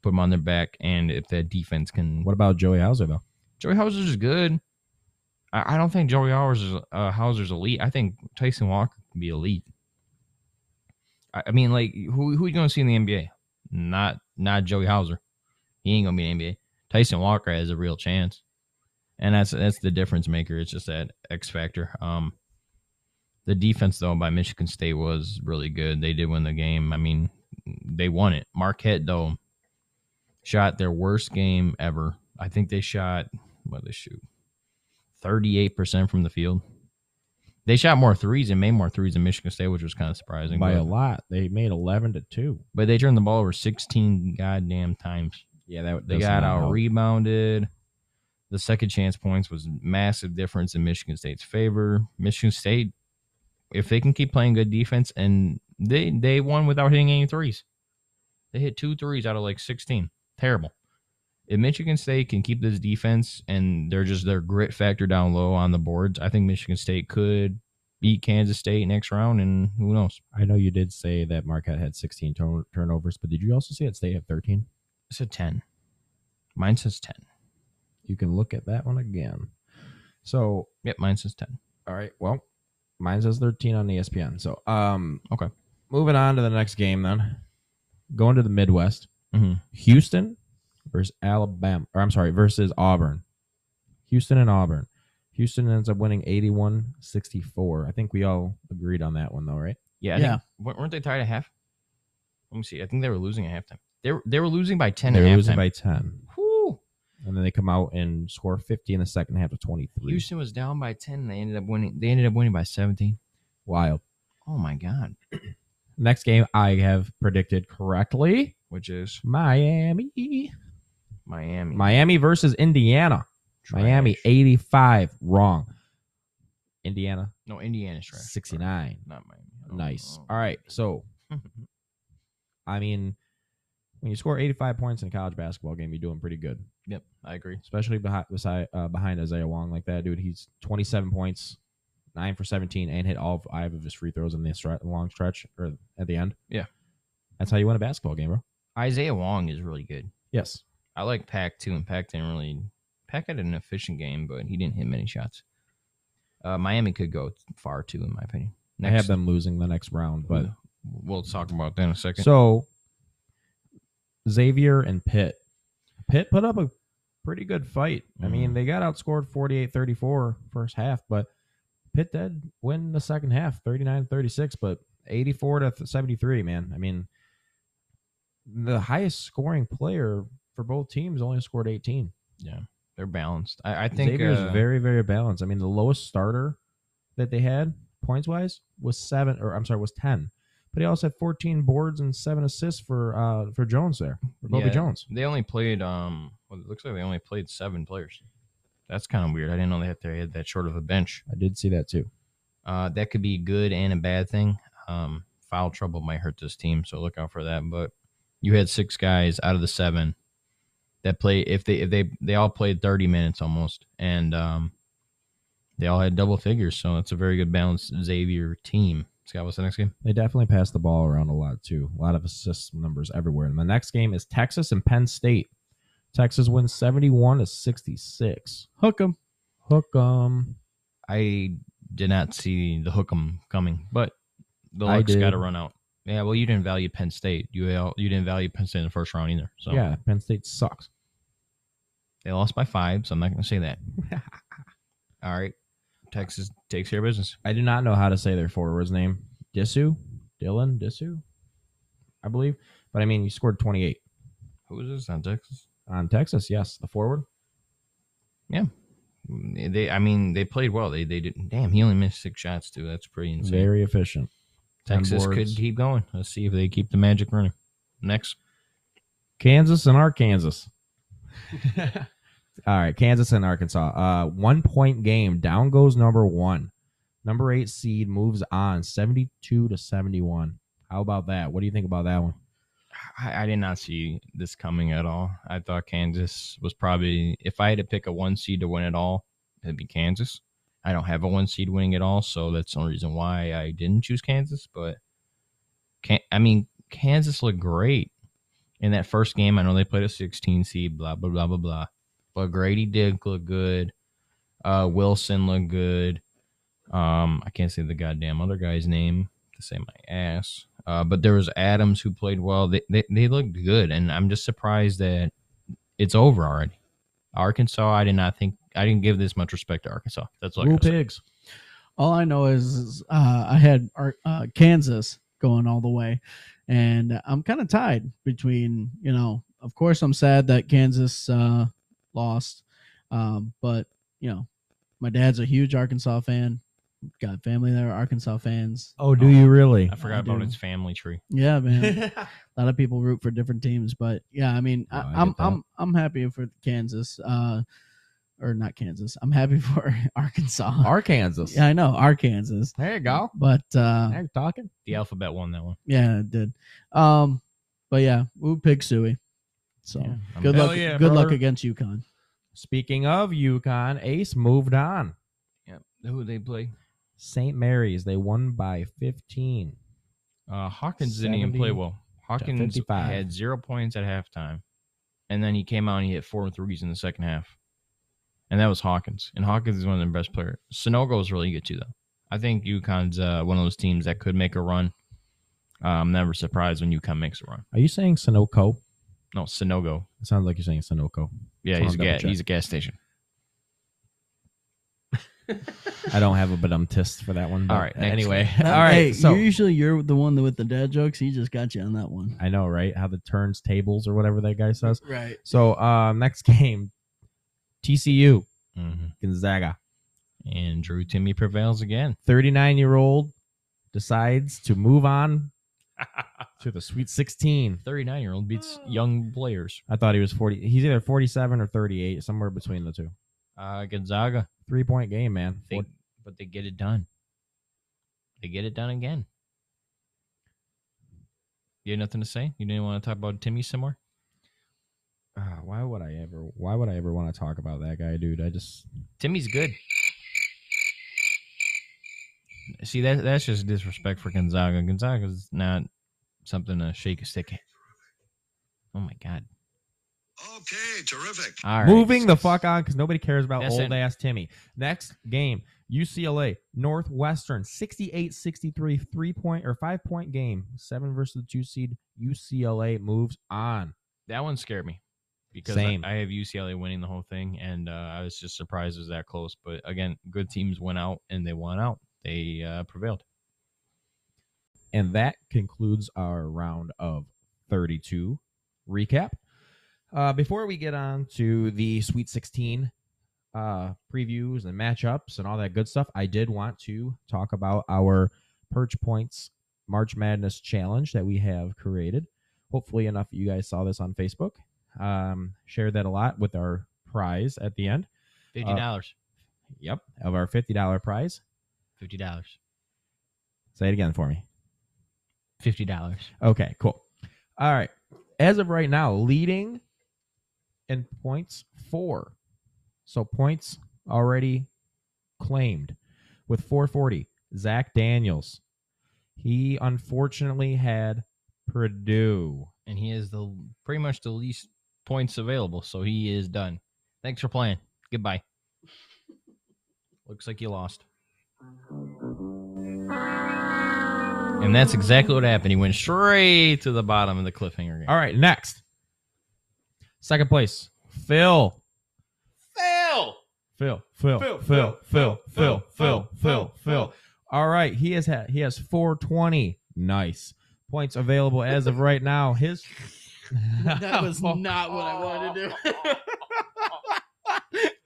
S1: put him on their back, and if that defense can,
S2: What about Joey Hauser though?
S1: Joey Hauser's is good. I, I don't think Joey Hauser's uh, Hauser's elite. I think Tyson Walker can be elite. I, I mean, like who who you gonna see in the NBA? Not not Joey Hauser. He ain't gonna be in the NBA. Tyson Walker has a real chance, and that's that's the difference maker. It's just that X factor. Um, the defense though by Michigan State was really good. They did win the game. I mean, they won it. Marquette though shot their worst game ever. I think they shot what did they shoot thirty eight percent from the field. They shot more threes and made more threes than Michigan State, which was kind of surprising.
S2: By
S1: but,
S2: a lot, they made 11 to two.
S1: but they turned the ball over sixteen goddamn times.
S2: Yeah, that
S1: They
S2: that's
S1: got
S2: not
S1: out
S2: help.
S1: rebounded. The second chance points was massive difference in Michigan State's favor. Michigan State, if they can keep playing good defense, and they they won without hitting any threes. They hit two threes out of like sixteen. Terrible. If Michigan State can keep this defense and they're just their grit factor down low on the boards, I think Michigan State could beat Kansas State next round, and who knows?
S2: I know you did say that Marquette had 16 turn- turnovers, but did you also say that State had 13?
S1: It's a ten. Mine says ten.
S2: You can look at that one again. So,
S1: Yep, mine says ten.
S2: all right, well, mine says 13 on E ESPN. So, um,
S1: Okay.
S2: Moving on to the next game, then. Going to the Midwest,
S1: Mm-hmm.
S2: Houston versus Alabama, or I'm sorry, versus Auburn. Houston and Auburn. Houston ends up winning 81 64. I think we all agreed on that one, though, right?
S1: Yeah, I
S3: Yeah.
S1: Think, wa- weren't they tied at half? Let me see. I think they were losing at halftime. They were, they were losing by ten
S2: They're
S1: at
S2: losing
S1: halftime.
S2: by 10.
S1: Whew.
S2: and then they come out and score 50 in the second half of 23.
S1: Houston was down by ten. And they ended up winning. They ended up winning by seventeen.
S2: Wild.
S1: Oh my god!
S2: Next game I have predicted correctly.
S1: Which is
S2: Miami.
S1: Miami.
S2: Miami versus Indiana.
S1: Trash.
S2: Miami 85 wrong. Indiana
S1: No, Indiana's trash. Oh,
S2: 69.
S1: Not Miami.
S2: Nice. All right. So, I mean When you score 85 points in a college basketball game, you're doing pretty good,
S1: Yep, I agree.
S2: especially behind, beside, uh, behind Isaiah Wong like that, dude. He's 27 points, 9 for 17, and hit all five of his free throws in the stre- long stretch or at the end.
S1: Yeah.
S2: That's how you win a basketball game, bro.
S1: Isaiah Wong is really good.
S2: Yes.
S1: I like Pack too, and Pack didn't really. Pack had an efficient game, but he didn't hit many shots. Uh, Miami could go far too, in my opinion.
S2: I have them losing the next round, but
S1: we'll talk about that in a second.
S2: So Xavier and Pitt. Pitt put up a pretty good fight. I mean, they got outscored 48-34 first half, but Pitt did win the second half 39-36, but 84 to 73, man. I mean, the highest scoring player for both teams only scored 18.
S1: They're balanced. I, I think
S2: Xavier's
S1: uh,
S2: very very balanced. I mean, the lowest starter that they had points wise was 7 or I'm sorry, was 10. But he also had 14 boards and 7 assists for uh for Jones there. For Bobby
S1: Yeah.
S2: Jones.
S1: They only played. Um, well, it looks like they only played seven players. That's kind of weird. I didn't know they had they had that short of a bench.
S2: I did see that too.
S1: Uh, that could be good and a bad thing. Um, foul trouble might hurt this team, so look out for that. But you had six guys out of the seven that play. If they if they they all played thirty minutes almost, and um, they all had double figures, so it's a very good balanced Xavier team. Scott, what's the next game?
S2: They definitely passed the ball around a lot too. A lot of assist numbers everywhere. And the next game is Texas and Penn State. Texas wins 71 to 66.
S3: Hook 'em.
S2: Hook 'em.
S1: I did not see the hook'em coming, but the
S2: I
S1: Lux
S2: did.
S1: got to run out. Yeah, well, you didn't value Penn State. You al- you didn't value Penn State in the first round either. So
S2: Yeah, Penn State sucks.
S1: they lost by five. So I'm not going to say that. All right, Texas takes care of business.
S2: I do not know how to say their forward's name. Disu? Dylan Disu? I believe. But I mean, you scored 28
S1: Who is this on Texas?
S2: on Texas. Yes, the forward.
S1: Mm, They, I mean, they played well. They, they did. Damn, he only missed six shots too. That's pretty insane.
S2: Very efficient.
S1: Texas
S2: on
S1: could
S2: boards.
S1: keep going. Let's see if they keep the magic running. Next,
S2: Kansas and Arkansas. All right, Kansas and Arkansas. Uh, one point game. Down goes number one. Number eight seed moves on 72 to 71. How about that? What do you think about that one?
S1: I, I did not see this coming at all. I thought Kansas was probably, if I had to pick a one seed to win it all, it'd be Kansas. I don't have a one seed winning it all, so that's the only reason why I didn't choose Kansas. But can I mean Kansas looked great in that first game. I know they played a 16 seed, blah blah blah blah blah. But Grady Dick looked good. Uh, Wilson looked good. Um, I can't say the goddamn other guy's name to say my ass. Uh, but there was Adams who played well. They, they they looked good, and I'm just surprised that it's over already. Arkansas, I did not think I didn't give this much respect to Arkansas. That's what I
S2: Woo
S1: gotta say.
S2: pigs.
S3: All I know is, is, uh, I had our, uh, Kansas going all the way, and I'm kind of tied between you know. Of course, I'm sad that Kansas uh, lost, um, but you know, my dad's a huge Arkansas fan. Got family there, Arkansas fans.
S2: Oh,
S1: do you
S2: really?
S1: I forgot
S3: I
S1: about
S3: do.
S1: its family tree.
S3: Yeah, man. a lot of people root for different teams, but yeah, I mean,
S2: No, Oh, I
S3: I, I'm
S2: get that.
S3: I'm I'm happy for Kansas, uh, or not Kansas. I'm happy for Arkansas.
S2: Arkansas.
S3: yeah, I know Arkansas,
S2: There you go.
S3: but uh,
S2: Now you're talking.
S1: The alphabet won that one.
S3: yeah, it did. Um, but yeah, we'll pick Suey. So
S1: Yeah, I'm
S3: good
S1: back.
S3: luck.
S2: Hell yeah,
S3: good luck
S2: brother.
S3: against UConn.
S2: Speaking of UConn, Ace moved on.
S1: Yeah. Who they play?
S2: St. Mary's, they won by 15.
S1: Uh, Hawkins didn't even
S2: 70
S1: play well. Hawkins
S2: 55.
S1: had zero points at halftime, and then he came out and he hit four threes in the second half, and that was Hawkins. And Hawkins is one of their best players. Sonogo is really good too, though. I think UConn's uh, one of those teams that could make a run. Uh, I'm never surprised when UConn makes a run.
S2: Are you saying Sunoco?
S1: No, Sonogo.
S2: It sounds like you're saying Sunoco.
S1: Yeah, he's a
S2: Just wanna double
S1: gas,
S2: check.
S1: he's a gas station.
S2: I don't have a bedumtist for that one. But
S1: All right, next.
S2: Anyway, all
S3: Uh,
S2: right.
S3: hey,
S2: so
S3: usually you're the one with the dad jokes. He just got you on that one.
S2: I know, right? How the turns tables or whatever that guy says.
S3: Right.
S2: So uh, next game, TCU
S1: hmm
S2: Gonzaga,
S1: And Drew Timmy prevails again.
S2: 39 year old, decides to move on to the Sweet 16.
S1: 39 year old beats young players.
S2: I thought he was 40. He's either 47 or 38, somewhere between the two.
S1: Uh, Gonzaga.
S2: Three point game, man.
S1: They, but they get it done. They get it done again. You had nothing to say? You didn't want to talk about Timmy some more?
S2: Uh, why would I ever? Why would I ever want to talk about that guy, dude? I just
S1: Timmy's good. See that that's just disrespect for Gonzaga. Gonzaga's not something to shake a stick at. Oh my god.
S6: Okay, terrific.
S1: All right.
S2: moving the fuck on because nobody cares about
S1: That's
S2: old
S1: it.
S2: ass Timmy. Next game, UCLA Northwestern 68-63 three point or five point game, seven versus the two seed. UCLA moves on.
S1: That one scared me because I,
S2: Same.
S1: I have UCLA winning the whole thing, and uh, I was just surprised it was that close. But again, good teams went out and they won out. They uh, prevailed.
S2: And that concludes our round of 32 recap. Uh, before we get on to the Sweet 16 uh, previews and matchups and all that good stuff, I did want to talk about our Perch Points March Madness challenge that we have created. Hopefully, enough of you guys saw this on Facebook. Um, shared that a lot with our prize at the end.
S1: Fifty dollars.
S2: Yep, of our $50 prize.
S1: Fifty dollars.
S2: Say it again for me.
S1: Fifty dollars.
S2: Okay, cool. All right. As of right now, leading in points four. So points already claimed with 440. Zach Daniels. He unfortunately had Purdue.
S1: And he has the pretty much the least points available, so he is done. Thanks for playing. Goodbye. Looks like you lost. And that's exactly what happened. He went straight to the bottom of the cliffhanger game.
S2: All right, next. Second place, Phil.
S1: Fail.
S2: Phil, Phil, Phil, Phil, Phil, Phil, Phil, Phil, Phil. All right, he has had, he has 420. Nice points available as of right now. His
S3: That was not what I wanted to do.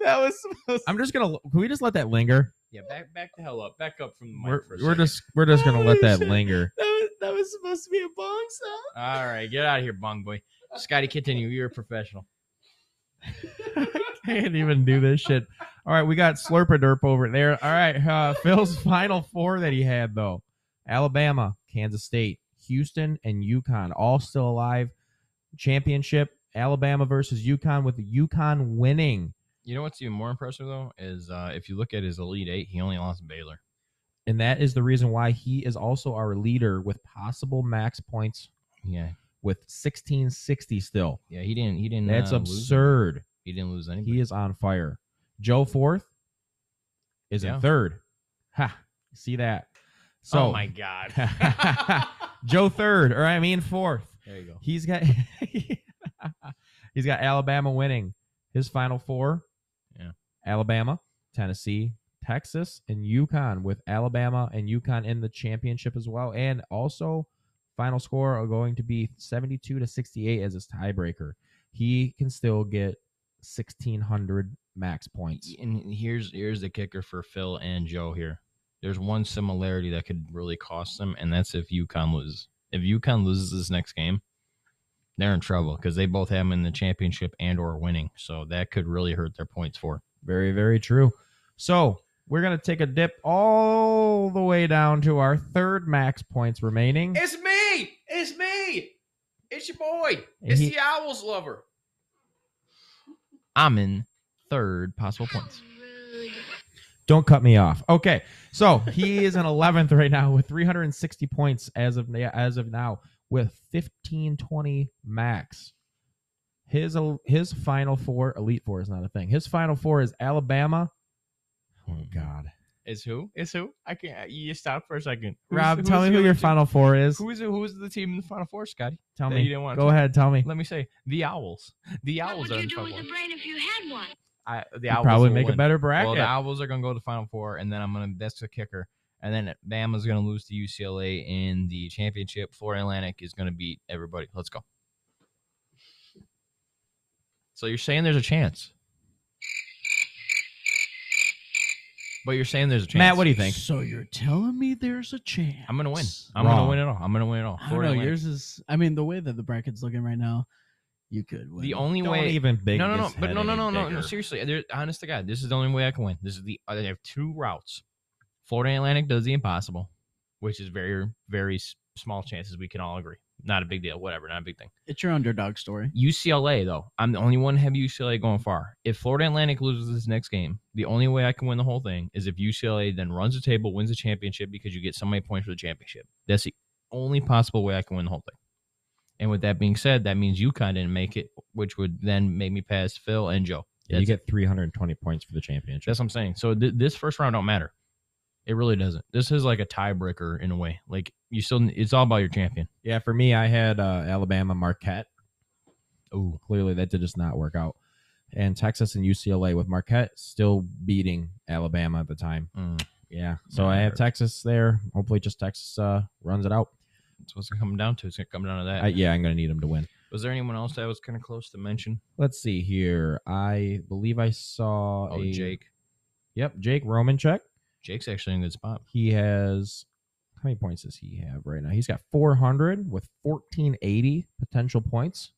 S5: that was
S2: I'm just gonna. Can we just let that linger?
S1: Yeah, back back the hell up. Back up from the mic
S2: We're,
S1: for a
S2: we're
S1: second.
S2: just we're just gonna let that linger.
S3: That was, that was supposed to be a bong sound.
S1: all right. Get out of here, bong boy. Scotty, continue. You're a professional.
S2: Can't even do this shit. All right, we got Slurpaderp over there. All right, uh, Phil's final four that he had though: Alabama, Kansas State, Houston, and Yukon, all still alive. Championship: Alabama versus Yukon, with Yukon winning.
S1: You know what's even more impressive though is uh, if you look at his elite eight, he only lost Baylor.
S2: and that is the reason why he is also our leader with possible max points
S1: Yeah,
S2: with 1660 still.
S1: yeah. He didn't. He didn't.
S2: That's
S1: uh, lose.
S2: absurd.
S1: He didn't lose anybody.
S2: He is on fire. Joe Fourth is
S1: Yeah.
S2: in third. Ha! See that? So
S1: oh my god.
S2: Joe third, or I mean fourth.
S1: there you go.
S2: He's got he's got Alabama winning his final four.
S1: Yeah.
S2: Alabama, Tennessee, Texas, and Yukon with Alabama and Yukon in the championship as well. And also final score are going to be 72 to 68 as his tiebreaker. He can still get 1600 max points.
S1: And here's here's the kicker for Phil and Joe here. There's one similarity that could really cost them, and that's if UConn loses. If UConn loses this next game, they're in trouble because they both have them in the championship and or winning. So that could really hurt their points for.
S2: Very very true. So, we're going to take a dip all the way down to our third max points remaining.
S5: It's me. It's me. It's your boy. It's
S2: He-
S5: the owl's lover.
S1: I'm in third possible points.
S2: Don't cut me off. Okay, so he is in eleventh right now with 360 points as of as of now with 1520 max. His his final four, elite four is not a thing. His final four is Alabama. Oh God,
S1: Is who? Is who? I can't. You stop for a second.
S2: Rob, tell me who your final four is.
S1: Who is who is the team in the final four, Scotty?
S2: tell
S1: that
S2: me.
S1: you didn't wanna
S2: Go
S1: tell-
S2: ahead, tell me.
S1: Let me say the Owls. The
S7: What
S1: Owls
S7: would
S1: are
S7: you
S1: in
S7: do
S1: trouble.
S7: with the brain if you had one?
S1: I, the
S2: You'd
S1: Owls
S2: probably
S1: will
S2: make
S1: win.
S2: a better bracket.
S1: Well, the Owls are gonna go to Final Four, and then I'm gonna. That's the kicker. And then Bama's gonna lose to UCLA in the championship. Florida Atlantic is gonna beat everybody. Let's go. So you're saying there's a chance, but you're saying there's a chance.
S2: Matt, what do you think?
S3: So you're telling me there's a chance?
S1: I'm gonna win.
S3: I
S1: I'm gonna
S2: Wrong.
S1: win it all. I'm gonna win it all.
S3: don't
S1: Florida
S3: know.
S1: Atlantic.
S3: Yours is. I mean, the way that the bracket's looking right now, you could win.
S1: the only
S2: Don't
S1: way.
S2: even big.
S1: no, no, no,
S2: his
S1: but
S2: head
S1: no, no,
S2: any
S1: no, no, no.
S2: bigger.
S1: Seriously, there, honest to God, this is the only way I can win. This is the I have two routes. Florida Atlantic does the impossible, which is very, very s- small chances. We can all agree not a big deal. Whatever, not a big thing.
S3: It's your underdog story.
S1: UCLA though, I'm the only one have UCLA going far. If Florida Atlantic loses this next game, the only way I can win the whole thing is if UCLA then runs the table, wins the championship because you get so many points for the championship. That's the only possible way I can win the whole thing. And with that being said, that means UConn didn't make it, which would then make me pass Phil and Joe.
S2: Yeah, you
S1: That's-
S2: get 320 points for the championship.
S1: That's what I'm saying. So th- this first round don't matter. It really doesn't. This is like a tiebreaker in a way. Like you still, it's all about your champion.
S2: Yeah, for me, I had uh, Alabama Marquette. Oh, clearly that did just not work out. And Texas and UCLA with Marquette still beating Alabama at the time.
S1: Mm,
S2: Yeah, so I have
S1: Matter.
S2: Texas there. Hopefully, just Texas uh, runs it out.
S1: That's what's coming down to. It's gonna come down to that.
S2: I, yeah, I'm going to need them to win.
S1: was there anyone else that was kind of close to mention?
S2: Let's see here. I believe I saw.
S1: Oh,
S2: a-
S1: Jake.
S2: Yep, Jake Romanchek.
S1: Jake's actually in a good spot.
S2: He has how many points does he have right now? He's got 400 with 1480 potential points.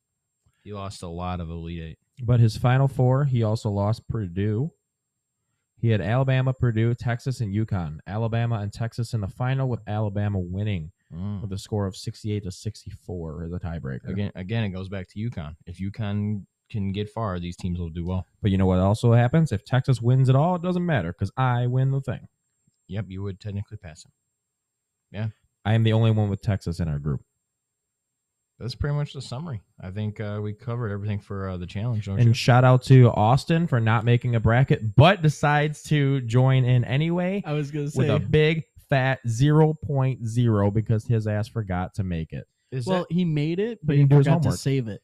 S1: He lost a lot of Elite Eight.
S2: But his final four, he also lost Purdue. He had Alabama, Purdue, Texas, and Yukon. Alabama and Texas in the final with Alabama winning with a score of 68 to 64 as a tiebreaker.
S1: Again, again, it goes back to UConn. If UConn can get far, these teams will do well.
S2: But you know what also happens? If Texas wins at all, it doesn't matter because I win the thing.
S1: Yep, you would technically pass him.
S2: I am the only one with Texas in our group.
S1: That's pretty much the summary. I think uh, we covered everything for uh, the challenge. Don't you?
S2: And shout out to Austin for not making a bracket, but decides to join in anyway
S3: I was gonna
S2: with
S3: say.
S2: a big fat 0.0 because his ass forgot to make it.
S1: Is
S3: well,
S1: that-
S3: he made it, but he
S2: didn't do his
S3: forgot to
S2: homework.
S3: save it.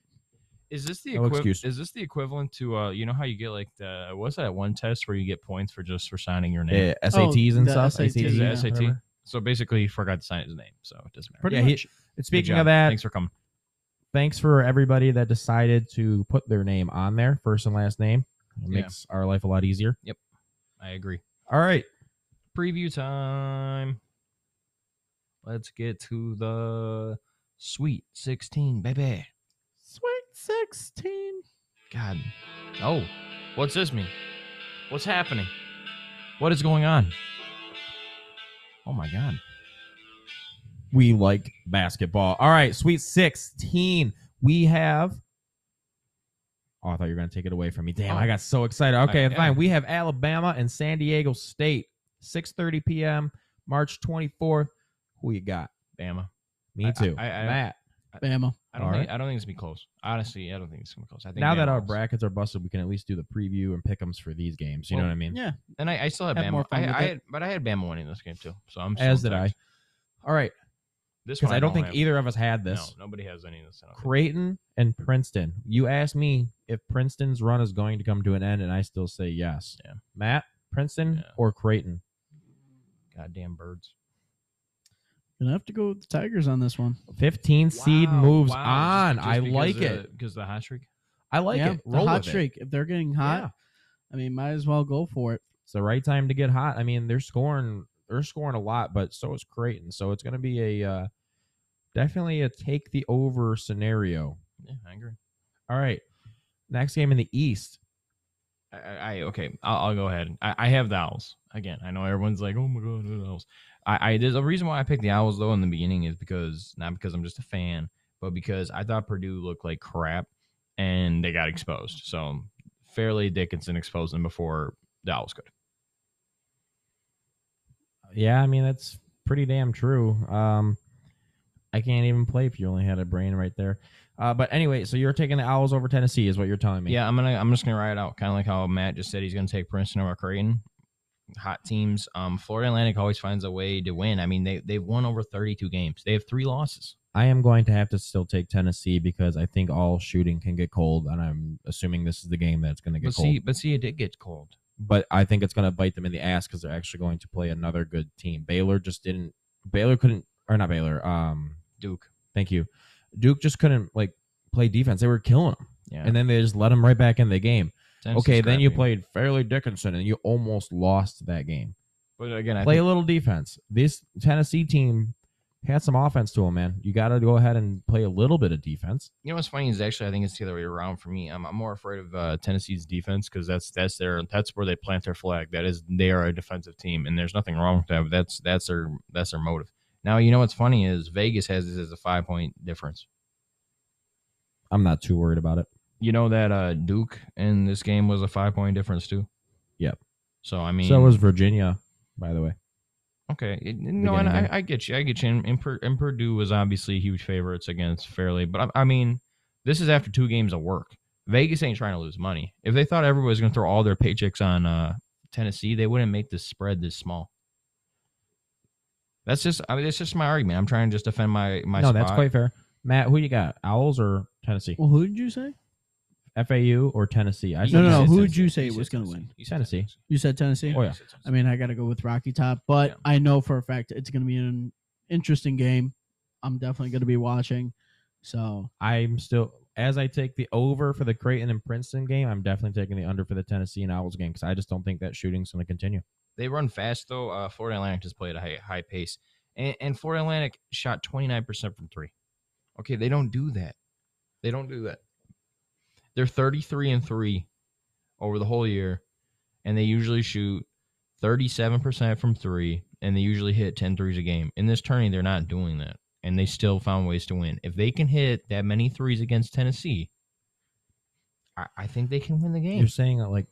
S1: Is this the
S2: No
S1: equiv-
S2: excuse.
S1: is this the equivalent to uh you know how you get like the what's that one test where you get points for just for signing your name?
S2: Yeah, SATs and
S3: the
S2: stuff.
S3: SAT,
S2: SATs,
S1: yeah. SAT.
S2: whatever.
S1: So basically, he forgot to sign his name, so it doesn't matter.
S2: Pretty
S1: Yeah,
S2: much.
S1: he-
S2: And
S1: good
S2: speaking
S1: job.
S2: of that,
S1: thanks for coming.
S2: thanks for everybody that decided to put their name on there, first and last name. It
S1: Yeah.
S2: makes our life a lot easier.
S1: I agree.
S2: All right.
S1: Preview time. Let's get to the Sweet Sixteen, baby.
S2: Sweet 16.
S1: God, oh, what's this mean? What's happening? What is going on? Oh my God.
S2: We liked basketball. All right, Sweet 16. We have. Oh, I thought you were going to take it away from me. Damn,
S1: Oh.
S2: I got so excited. Okay,
S1: yeah.
S2: fine. We have Alabama and San Diego State, 6.30 p.m., March 24th. Who you got?
S1: Bama.
S2: Me
S1: I-
S2: too.
S1: I- I-
S2: Matt.
S3: Bama.
S1: I don't
S2: All
S1: think
S2: right.
S1: I don't think it's gonna be close. Honestly, I don't think it's gonna be close. I think
S2: now that
S1: Bama
S2: our
S1: wins.
S2: brackets are busted, we can at least do the preview and pick'ems for these games. You know
S1: Well,
S2: what I mean?
S3: Yeah,
S1: And I, I still have,
S3: Have
S1: Bama.
S3: more fun
S1: I,
S3: with
S1: I
S3: it.
S1: had, but I had Bama winning this game too. So I'm still
S2: As did I.
S1: intact.
S2: All right,
S1: This
S2: because
S1: one
S2: I don't think
S1: have.
S2: either of us had this.
S1: No, nobody has any of this. I don't think.
S2: Creighton and Princeton. You asked me if Princeton's run is going to come to an end, and I still say yes.
S1: Yeah.
S2: Matt, Princeton
S1: Yeah.
S2: or Creighton?
S1: Goddamn birds.
S3: gonna have to go with the Tigers on this one.
S2: 15 seed moves
S1: Wow,
S2: on.
S1: just
S2: I
S1: because
S2: like
S1: of the-
S2: it.
S1: because the hot streak.
S2: I like
S3: yeah,
S2: it.
S3: the
S2: Roll
S3: hot
S2: with it.
S3: streak. If they're getting hot,
S2: Yeah.
S3: I mean, might as well go for it.
S2: It's the right time to get hot. I mean, they're scoring. They're scoring a lot, but so is Creighton. So it's going to be a uh, definitely a take the over scenario.
S1: Yeah, I agree.
S2: All right. Next game in the East.
S1: I, I I- okay. I'll, I'll go ahead. I, I have the owls again. I know everyone's like, oh my god, the owls. I, I there's a reason why I picked the owls though in the beginning is because not because I'm just a fan, but because I thought Purdue looked like crap and they got exposed. So fairly Dickinson exposed them before the owls could.
S2: Yeah, I mean that's pretty damn true. Um, I can't even play if you only had a brain right there. Uh, but anyway, so you're taking the Owls over Tennessee, is what you're telling me?
S1: Yeah, I'm gonna I'm just gonna ride it out, kind of like how Matt just said he's gonna take Princeton over Creighton. Hot teams. Um, Florida Atlantic always finds a way to win. I mean, they they've won over 32 games. They have three losses.
S2: I am going to have to still take Tennessee because I think all shooting can get cold, and I'm assuming this is the game that's going to get
S1: But
S2: cold.
S1: see, but see, it did get cold.
S2: but I think it's going to bite them in the ass because they're actually going to play another good team. Baylor just didn't. Baylor couldn't, or not Baylor. Um,
S1: Duke.
S2: thank you. Duke just couldn't like play defense. They were killing them,
S1: Yeah.
S2: and then they just let them right back in the game.
S1: Tennessee's
S2: Okay, then you
S1: crappy.
S2: played Fairleigh Dickinson and you almost lost that game.
S1: But again, I
S2: Play
S1: think,
S2: a little defense. This Tennessee team had some offense to them, man. You got to go ahead and play a little bit of defense.
S1: you know what's funny is actually I think it's the other way around for me. I'm, I'm more afraid of uh, Tennessee's defense because that's that's their that's where they plant their flag. That is they are a defensive team, and there's nothing wrong with that. But that's that's their that's their motive. Now you know what's funny is Vegas has this as a five point difference.
S2: I'm not too worried about it.
S1: You know that uh, Duke in this game was a five point difference too.
S2: Yep.
S1: So I mean,
S2: so was Virginia, by the way.
S1: Okay, it- no, and
S2: beginning
S1: I,
S2: there.
S1: I get you. I get you. And, and, Pur- and Purdue was obviously huge favorites against Fairleigh, but I, I mean, this is after two games of work. Vegas ain't trying to lose money. If they thought everybody was going to throw all their paychecks on uh, Tennessee, they wouldn't make this spread this small. That's just. I mean, that's just my argument. I'm trying to just defend my my.
S2: no,
S1: spot.
S2: that's quite fair. Matt, who you got? Owls or Tennessee?
S3: Well, who did you say?
S2: FAU or Tennessee? I
S1: You
S2: said
S3: No, no, no.
S2: Tennessee.
S3: Who would you say
S1: He said
S3: was gonna
S1: Tennessee.
S3: win?
S1: He said
S2: Tennessee.
S3: You said Tennessee.
S2: Oh, yeah.
S1: He said
S3: I mean, I got to go with Rocky Top, but
S1: Yeah.
S3: I know for a fact it's going to be an interesting game. I'm definitely going to be watching. So
S2: I'm still as I take the over for the Creighton and Princeton game. I'm definitely taking the under for the Tennessee and Owls game because I just don't think that shooting's going to continue.
S1: They run fast though. Uh, Florida Atlantic just played a high, high pace, and, and Florida Atlantic shot twenty nine percent from three. Okay, they don't do that. They don't do that. They're thirty three and three over the whole year, and they usually shoot thirty seven percent from three, and they usually hit 10 threes a game. In this tourney, they're not doing that, and they still found ways to win. If they can hit that many threes against Tennessee, I, I think they can win the game.
S2: You're saying that like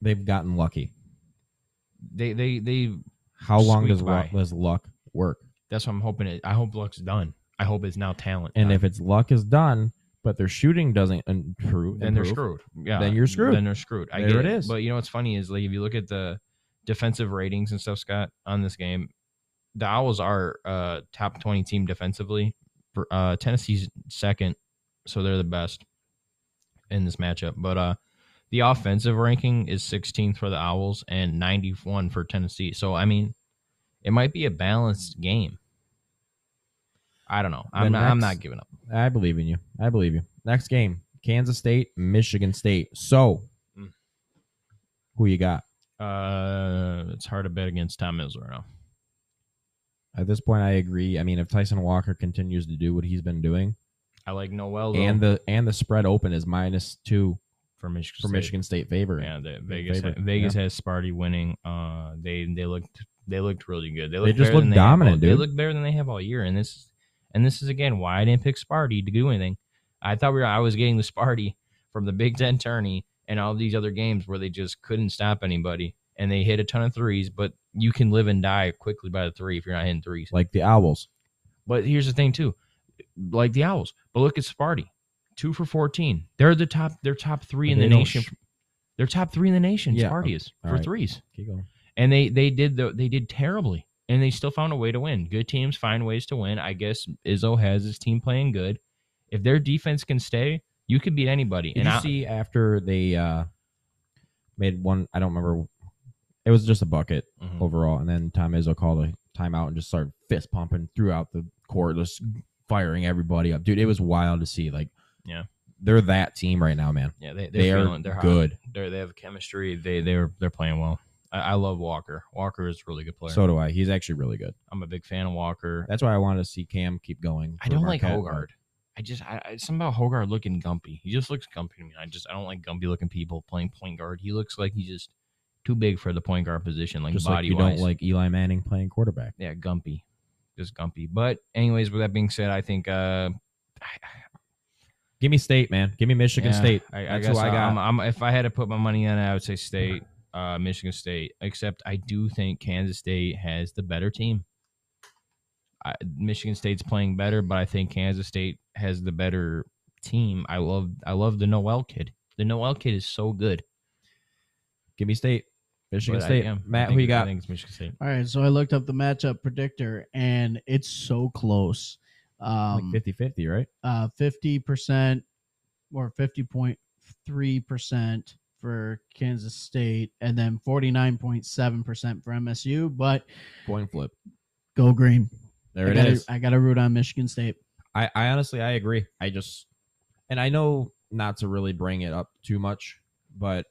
S2: they've gotten lucky.
S1: They they they
S2: How long
S1: Squeak
S2: does luck,
S1: by.
S2: does luck work?
S1: That's what I'm hoping. It, I hope luck's done. I hope it's now talent.
S2: And
S1: time.
S2: if it's luck is done, but their shooting doesn't improve,
S1: then they're
S2: improve,
S1: screwed. Yeah,
S2: Then you're screwed.
S1: Then they're screwed. I
S2: There
S1: get
S2: it
S1: it.
S2: is.
S1: But you know what's funny is like if you look at the defensive ratings and stuff, Scott, on this game, the Owls are uh, top 20 team defensively. For, Uh, Tennessee's second, so they're the best in this matchup. But uh, the offensive ranking is 16th for the Owls and 91 for Tennessee. So I mean, it might be a balanced game. I don't know. I'm
S2: The
S1: not. I'm
S2: next-
S1: not giving up.
S2: I believe in you. I believe you. Next game, Kansas State, Michigan State. So,
S1: Mm.
S2: who you got?
S1: Uh, it's hard to bet against Tom Izzo.
S2: At this point, I agree. I mean, if Tyson Walker continues to do what he's been doing,
S1: I like Noel though,
S2: and the and the spread open is minus two
S1: for Michigan.
S2: for
S1: State.
S2: Michigan State favor.
S1: Yeah, the Vegas.
S2: favorite,
S1: Vegas has Sparty winning. Uh, they they looked they looked really good. They, looked
S2: just
S1: better
S2: look
S1: than they have
S2: dominant,
S1: all- They
S2: dude.
S1: look better than they have all year, and this and this is again why I didn't pick Sparty to do anything. I thought we were I was getting the Sparty from the Big Ten tourney and all these other games where they just couldn't stop anybody and they hit a ton of threes, but you can live and die quickly by the three if you're not hitting threes.
S2: Like the Owls.
S1: But here's the thing too, like the Owls. But look at Sparty, two for fourteen. They're the top. They're top three
S2: But
S1: in
S2: they
S1: the
S2: don't
S1: nation.
S2: sh-
S1: they're top three in the nation.
S2: Yeah, oh,
S1: Sparty is
S2: all
S1: for
S2: right.
S1: threes,
S2: Keep going.
S1: and they they did the, they did terribly, and they still found a way to win. Good teams find ways to win. I guess Izzo has his team playing good. If their defense can stay, you can beat anybody.
S2: Did
S1: and
S2: you
S1: I,
S2: see after they uh, made one? I don't remember. It was just a bucket
S1: Mhm.
S2: overall, and then Tom Izzo called a timeout and just started fist pumping throughout the court, just firing everybody up, dude. It was wild to see. Like,
S1: Yeah.
S2: they're that team right now, man.
S1: yeah, they, they're
S2: They are
S1: feeling, they're hot.
S2: good.
S1: They're, they have chemistry. They they're they're playing well. I, I love Walker. Walker is a really good player.
S2: So do I. He's actually really good.
S1: I'm a big fan of Walker.
S2: That's why I wanted to see Cam keep going.
S1: I
S2: for
S1: don't like
S2: Marquette.
S1: Hogard. I just I, I something about Hogard looking gumpy. He just looks gumpy to me. I just I don't like gumpy looking people playing point guard. He looks like he's just too big for the point guard position, like
S2: Just like
S1: body
S2: you
S1: wise.
S2: don't like Eli Manning playing quarterback.
S1: yeah, gumpy, just gumpy. But anyways, with that being said, I think uh,
S2: Give me State, man. Give me Michigan
S1: yeah,
S2: State.
S1: I, I
S2: That's
S1: guess
S2: who I got.
S1: I'm, I'm, if I had to put my money on it, I would say State, uh, Michigan State. Except I do think Kansas State has the better team. I, Michigan State's playing better, but I think Kansas State has the better team. I love I love the Noel kid. The Noel kid is so good.
S2: Give me State. Michigan
S1: But I-
S2: State.
S1: yeah, I
S2: Matt,
S1: think-
S2: who you
S1: I
S2: got?
S1: think it's Michigan State.
S3: all right, so I looked up the matchup predictor, and it's so close. Um,
S2: like 50-50, right?
S3: uh, 50% or 50.3% for Kansas State, and then 49.7% for MSU. But
S2: Coin flip.
S3: go green.
S2: There
S3: I
S2: it
S3: gotta,
S2: is.
S3: I got to root on Michigan State.
S2: I, I honestly I agree. I just and I know not to really bring it up too much, but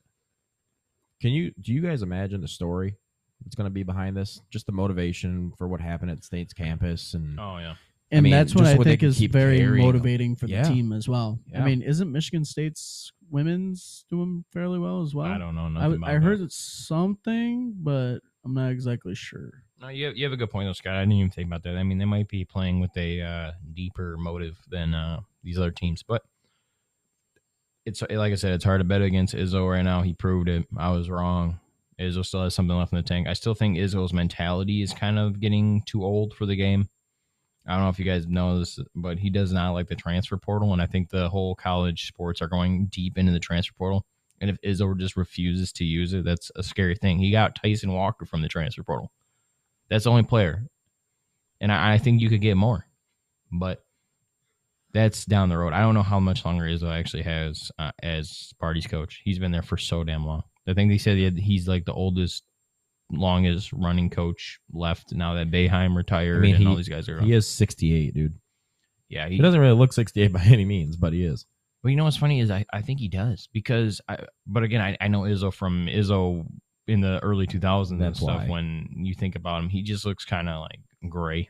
S2: can you do you guys imagine the story that's going to be behind this? Just the motivation for what happened at State's campus and
S1: Oh yeah,
S3: And
S2: mean,
S3: that's what
S2: just
S3: I
S2: what they
S3: think
S2: can
S3: is
S2: keep
S3: very
S2: carrying.
S3: motivating for the
S2: Yeah.
S3: team as well.
S2: Yeah.
S3: I mean, isn't Michigan State's women's doing fairly well as well?
S1: I don't know. Nothing
S3: I, w-
S1: about
S3: I
S1: that.
S3: heard it's something, but I'm not exactly sure.
S1: No, you have, you have a good point though, Scott. I didn't even think about that. I mean, they might be playing with a uh, deeper motive than uh, these other teams, but it's like I said, it's hard to bet against Izzo right now. He proved it. I was wrong. Izzo still has something left in the tank. I still think Izzo's mentality is kind of getting too old for the game. I don't know if you guys know this, but he does not like the transfer portal, and I think the whole college sports are going deep into the transfer portal. And if Izzo just refuses to use it, that's a scary thing. He got Tyson Walker from the transfer portal. That's the only player. And I, I think you could get more. But that's down the road. I don't know how much longer Izzo actually has uh, as party's coach. He's been there for so damn long. I think they said he had- he's like the oldest, longest running coach left now that Bayheim retired
S2: mean,
S1: and
S2: he-
S1: all these guys are
S2: He is 68, dude.
S1: yeah,
S2: He
S1: he,
S2: doesn't really look 68 by any means, but he is.
S1: Well, you know what's funny is I, I think he does because I but again I, I know Izzo from Izzo in the early 2000s and
S2: That's
S1: stuff
S2: why.
S1: when you think about him he just looks kind of like gray.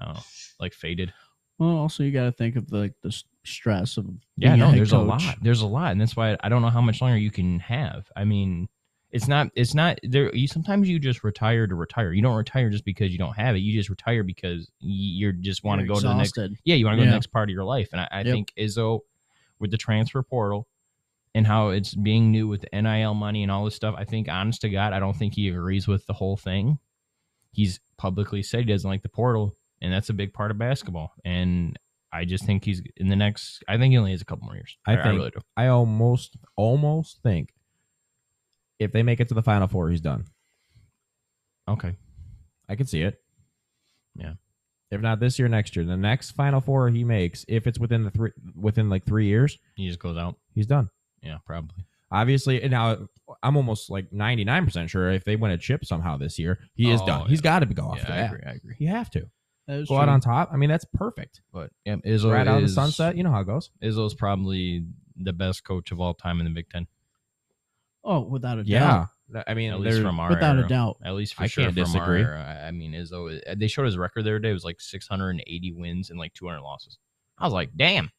S1: I don't know, like faded.
S3: Well, also you got to think of like the s- stress of
S1: Yeah,
S3: being
S1: no,
S3: head
S1: there's a
S3: coach.
S1: lot. There's a lot, and that's why I don't know how much longer you can have. I mean, it's not it's not there. You sometimes you just retire to retire. You don't retire just because you don't have it. You just retire because y- you're just want to
S3: You're
S1: go to the next
S3: exhausted.
S1: yeah, you want to go to
S3: Yeah.
S1: the next part of your life. And I, I
S3: Yep.
S1: think Izzo with the transfer portal and how it's being new with the NIL money and all this stuff, I think honest to God, I don't think he agrees with the whole thing. He's publicly said he doesn't like the portal, and that's a big part of basketball. And I just think he's in the next I think he only has a couple more years.
S2: I think-
S1: really do.
S2: I almost, almost think if they make it to the Final Four, he's done.
S1: Okay.
S2: I can see it.
S1: Yeah.
S2: If not this year, next year, the next Final Four he makes, if it's within the three, within like three years,
S1: He just goes out.
S2: he's done.
S1: Yeah, probably.
S2: Obviously, and now I'm almost like 99% sure if they win a chip somehow this year, he is
S1: Oh,
S2: done.
S1: yeah.
S2: He's got to go off
S1: yeah,
S2: the
S1: I
S2: bat.
S1: agree. I agree.
S2: You have to
S3: That is
S2: go out
S3: true.
S2: on top. I mean, that's perfect.
S1: But yeah, Izzo
S2: right out of the
S1: is-
S2: sunset, you know how it goes.
S1: Izzo's probably the best coach of all time in the Big Ten.
S3: Oh, without a doubt.
S2: Yeah, I mean,
S1: At least
S2: they're-
S1: from our
S3: Without a
S1: era.
S3: doubt.
S1: At least for
S2: I
S1: sure.
S2: can't
S1: from
S2: disagree.
S1: Our, uh, I mean, Izzo. They showed his record the other day. It was like 680 wins and like 200 losses. I was like, damn,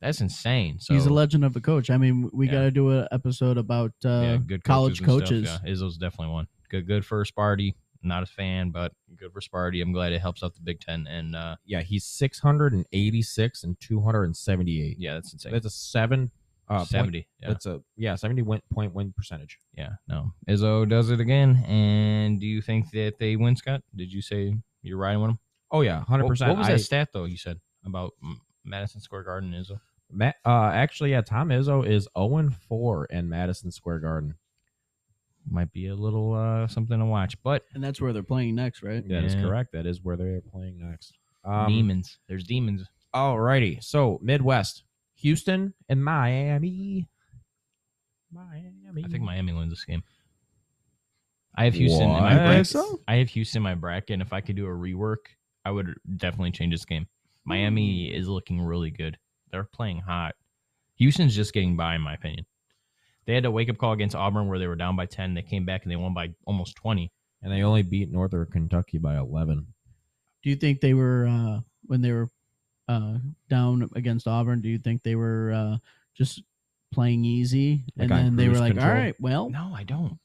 S1: that's insane. So
S3: He's a legend of a coach. I mean, we
S1: Yeah.
S3: got to do an episode about uh,
S1: yeah, good coaches.
S3: college
S1: and
S3: coaches.
S1: Stuff. Yeah, Izzo's definitely one. Good, good for Sparty. Not a fan, but good for Sparty. I'm glad it helps out the Big Ten. And uh,
S2: yeah, he's 686 and 278.
S1: yeah, that's insane.
S2: That's a seven. Uh, point-
S1: 70. yeah.
S2: That's a yeah, 70.1 percentage.
S1: yeah, no. Izzo does it again. And do you think that they win, Scott? Did you say you're riding with him?
S2: Oh yeah, 100.
S1: What,
S2: percent
S1: what was that stat though? You said about mm, Madison Square Garden, Izzo.
S2: Ma- uh, actually, yeah, Tom Izzo is 0 and 4 in Madison Square Garden.
S1: might be a little uh, something to watch. But
S3: And that's where they're playing next, right?
S2: That is
S1: Yeah.
S2: correct. That is where they are playing next. Um,
S1: demons, there's demons.
S2: Alrighty, so Midwest, Houston and Miami. Miami.
S1: I think Miami wins this game. I have Houston in my
S2: What?
S1: bracket.
S2: So?
S1: I have Houston in my bracket, and if I could do a rework, I would definitely change this game.
S2: Hmm.
S1: Miami is looking really good. They're playing hot. Houston's just getting by, in my opinion. They had a wake up call against Auburn where they were down by ten. They came back and they won by almost twenty.
S2: and they only beat Northern Kentucky by 11.
S3: Do you think they were uh, when they were uh, down against Auburn? Do you think they were uh, just playing easy,
S2: Like
S3: and
S2: on
S3: then they were
S2: cruise
S3: like, "All
S2: control?
S3: right, well,
S1: No, I don't.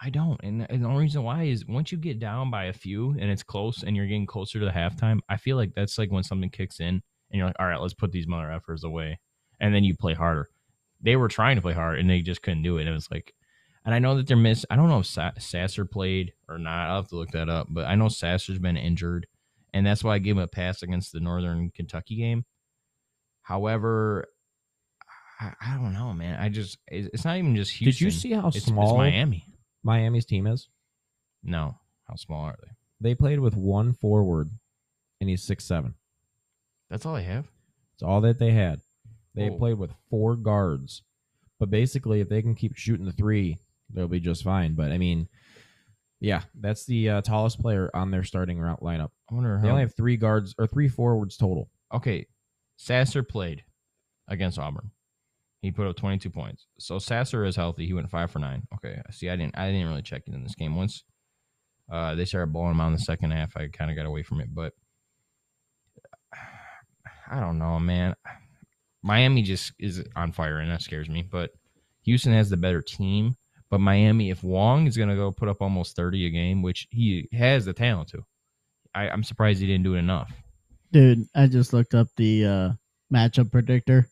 S1: I don't. And, and the only reason why is once you get down by a few and it's close and you're getting closer to the halftime, I feel like that's like when something kicks in and you're like, all right, let's put these mother effers away. And then you play harder. They were trying to play hard and they just couldn't do it. And it was like, and I know that they're missed. I don't know if Sa- Sasser played or not. I'll have to look that up. But I know Sasser's been injured. And that's why I gave him a pass against the Northern Kentucky game. However, I, I don't know, man. I just, it's it's not even just Houston.
S2: Did you see how
S1: It's,
S2: small
S1: it's Miami.
S2: Miami's team is?
S1: No, how small are they?
S2: They played with one forward, and he's six seven.
S1: That's all I have.
S2: It's all that they had. They
S1: Whoa.
S2: played with four guards, but basically, if they can keep shooting the three, they'll be just fine. But I mean, yeah, that's the uh, tallest player on their starting route lineup.
S1: I wonder
S2: They
S1: how.
S2: only have three guards or three forwards total.
S1: okay, Sasser played against Auburn. He put up 22 points. So Sasser is healthy. He went five for nine. Okay, I see. I didn't. I didn't really check it in this game. Once uh, they started blowing him out in the second half, I kind of got away from it. But I don't know, man. Miami just is on fire, and that scares me. But Houston has the better team. But Miami, if Wong is going to go put up almost 30 a game, which he has the talent to, I, I'm surprised he didn't do it enough.
S3: Dude, I just looked up the uh, matchup predictor.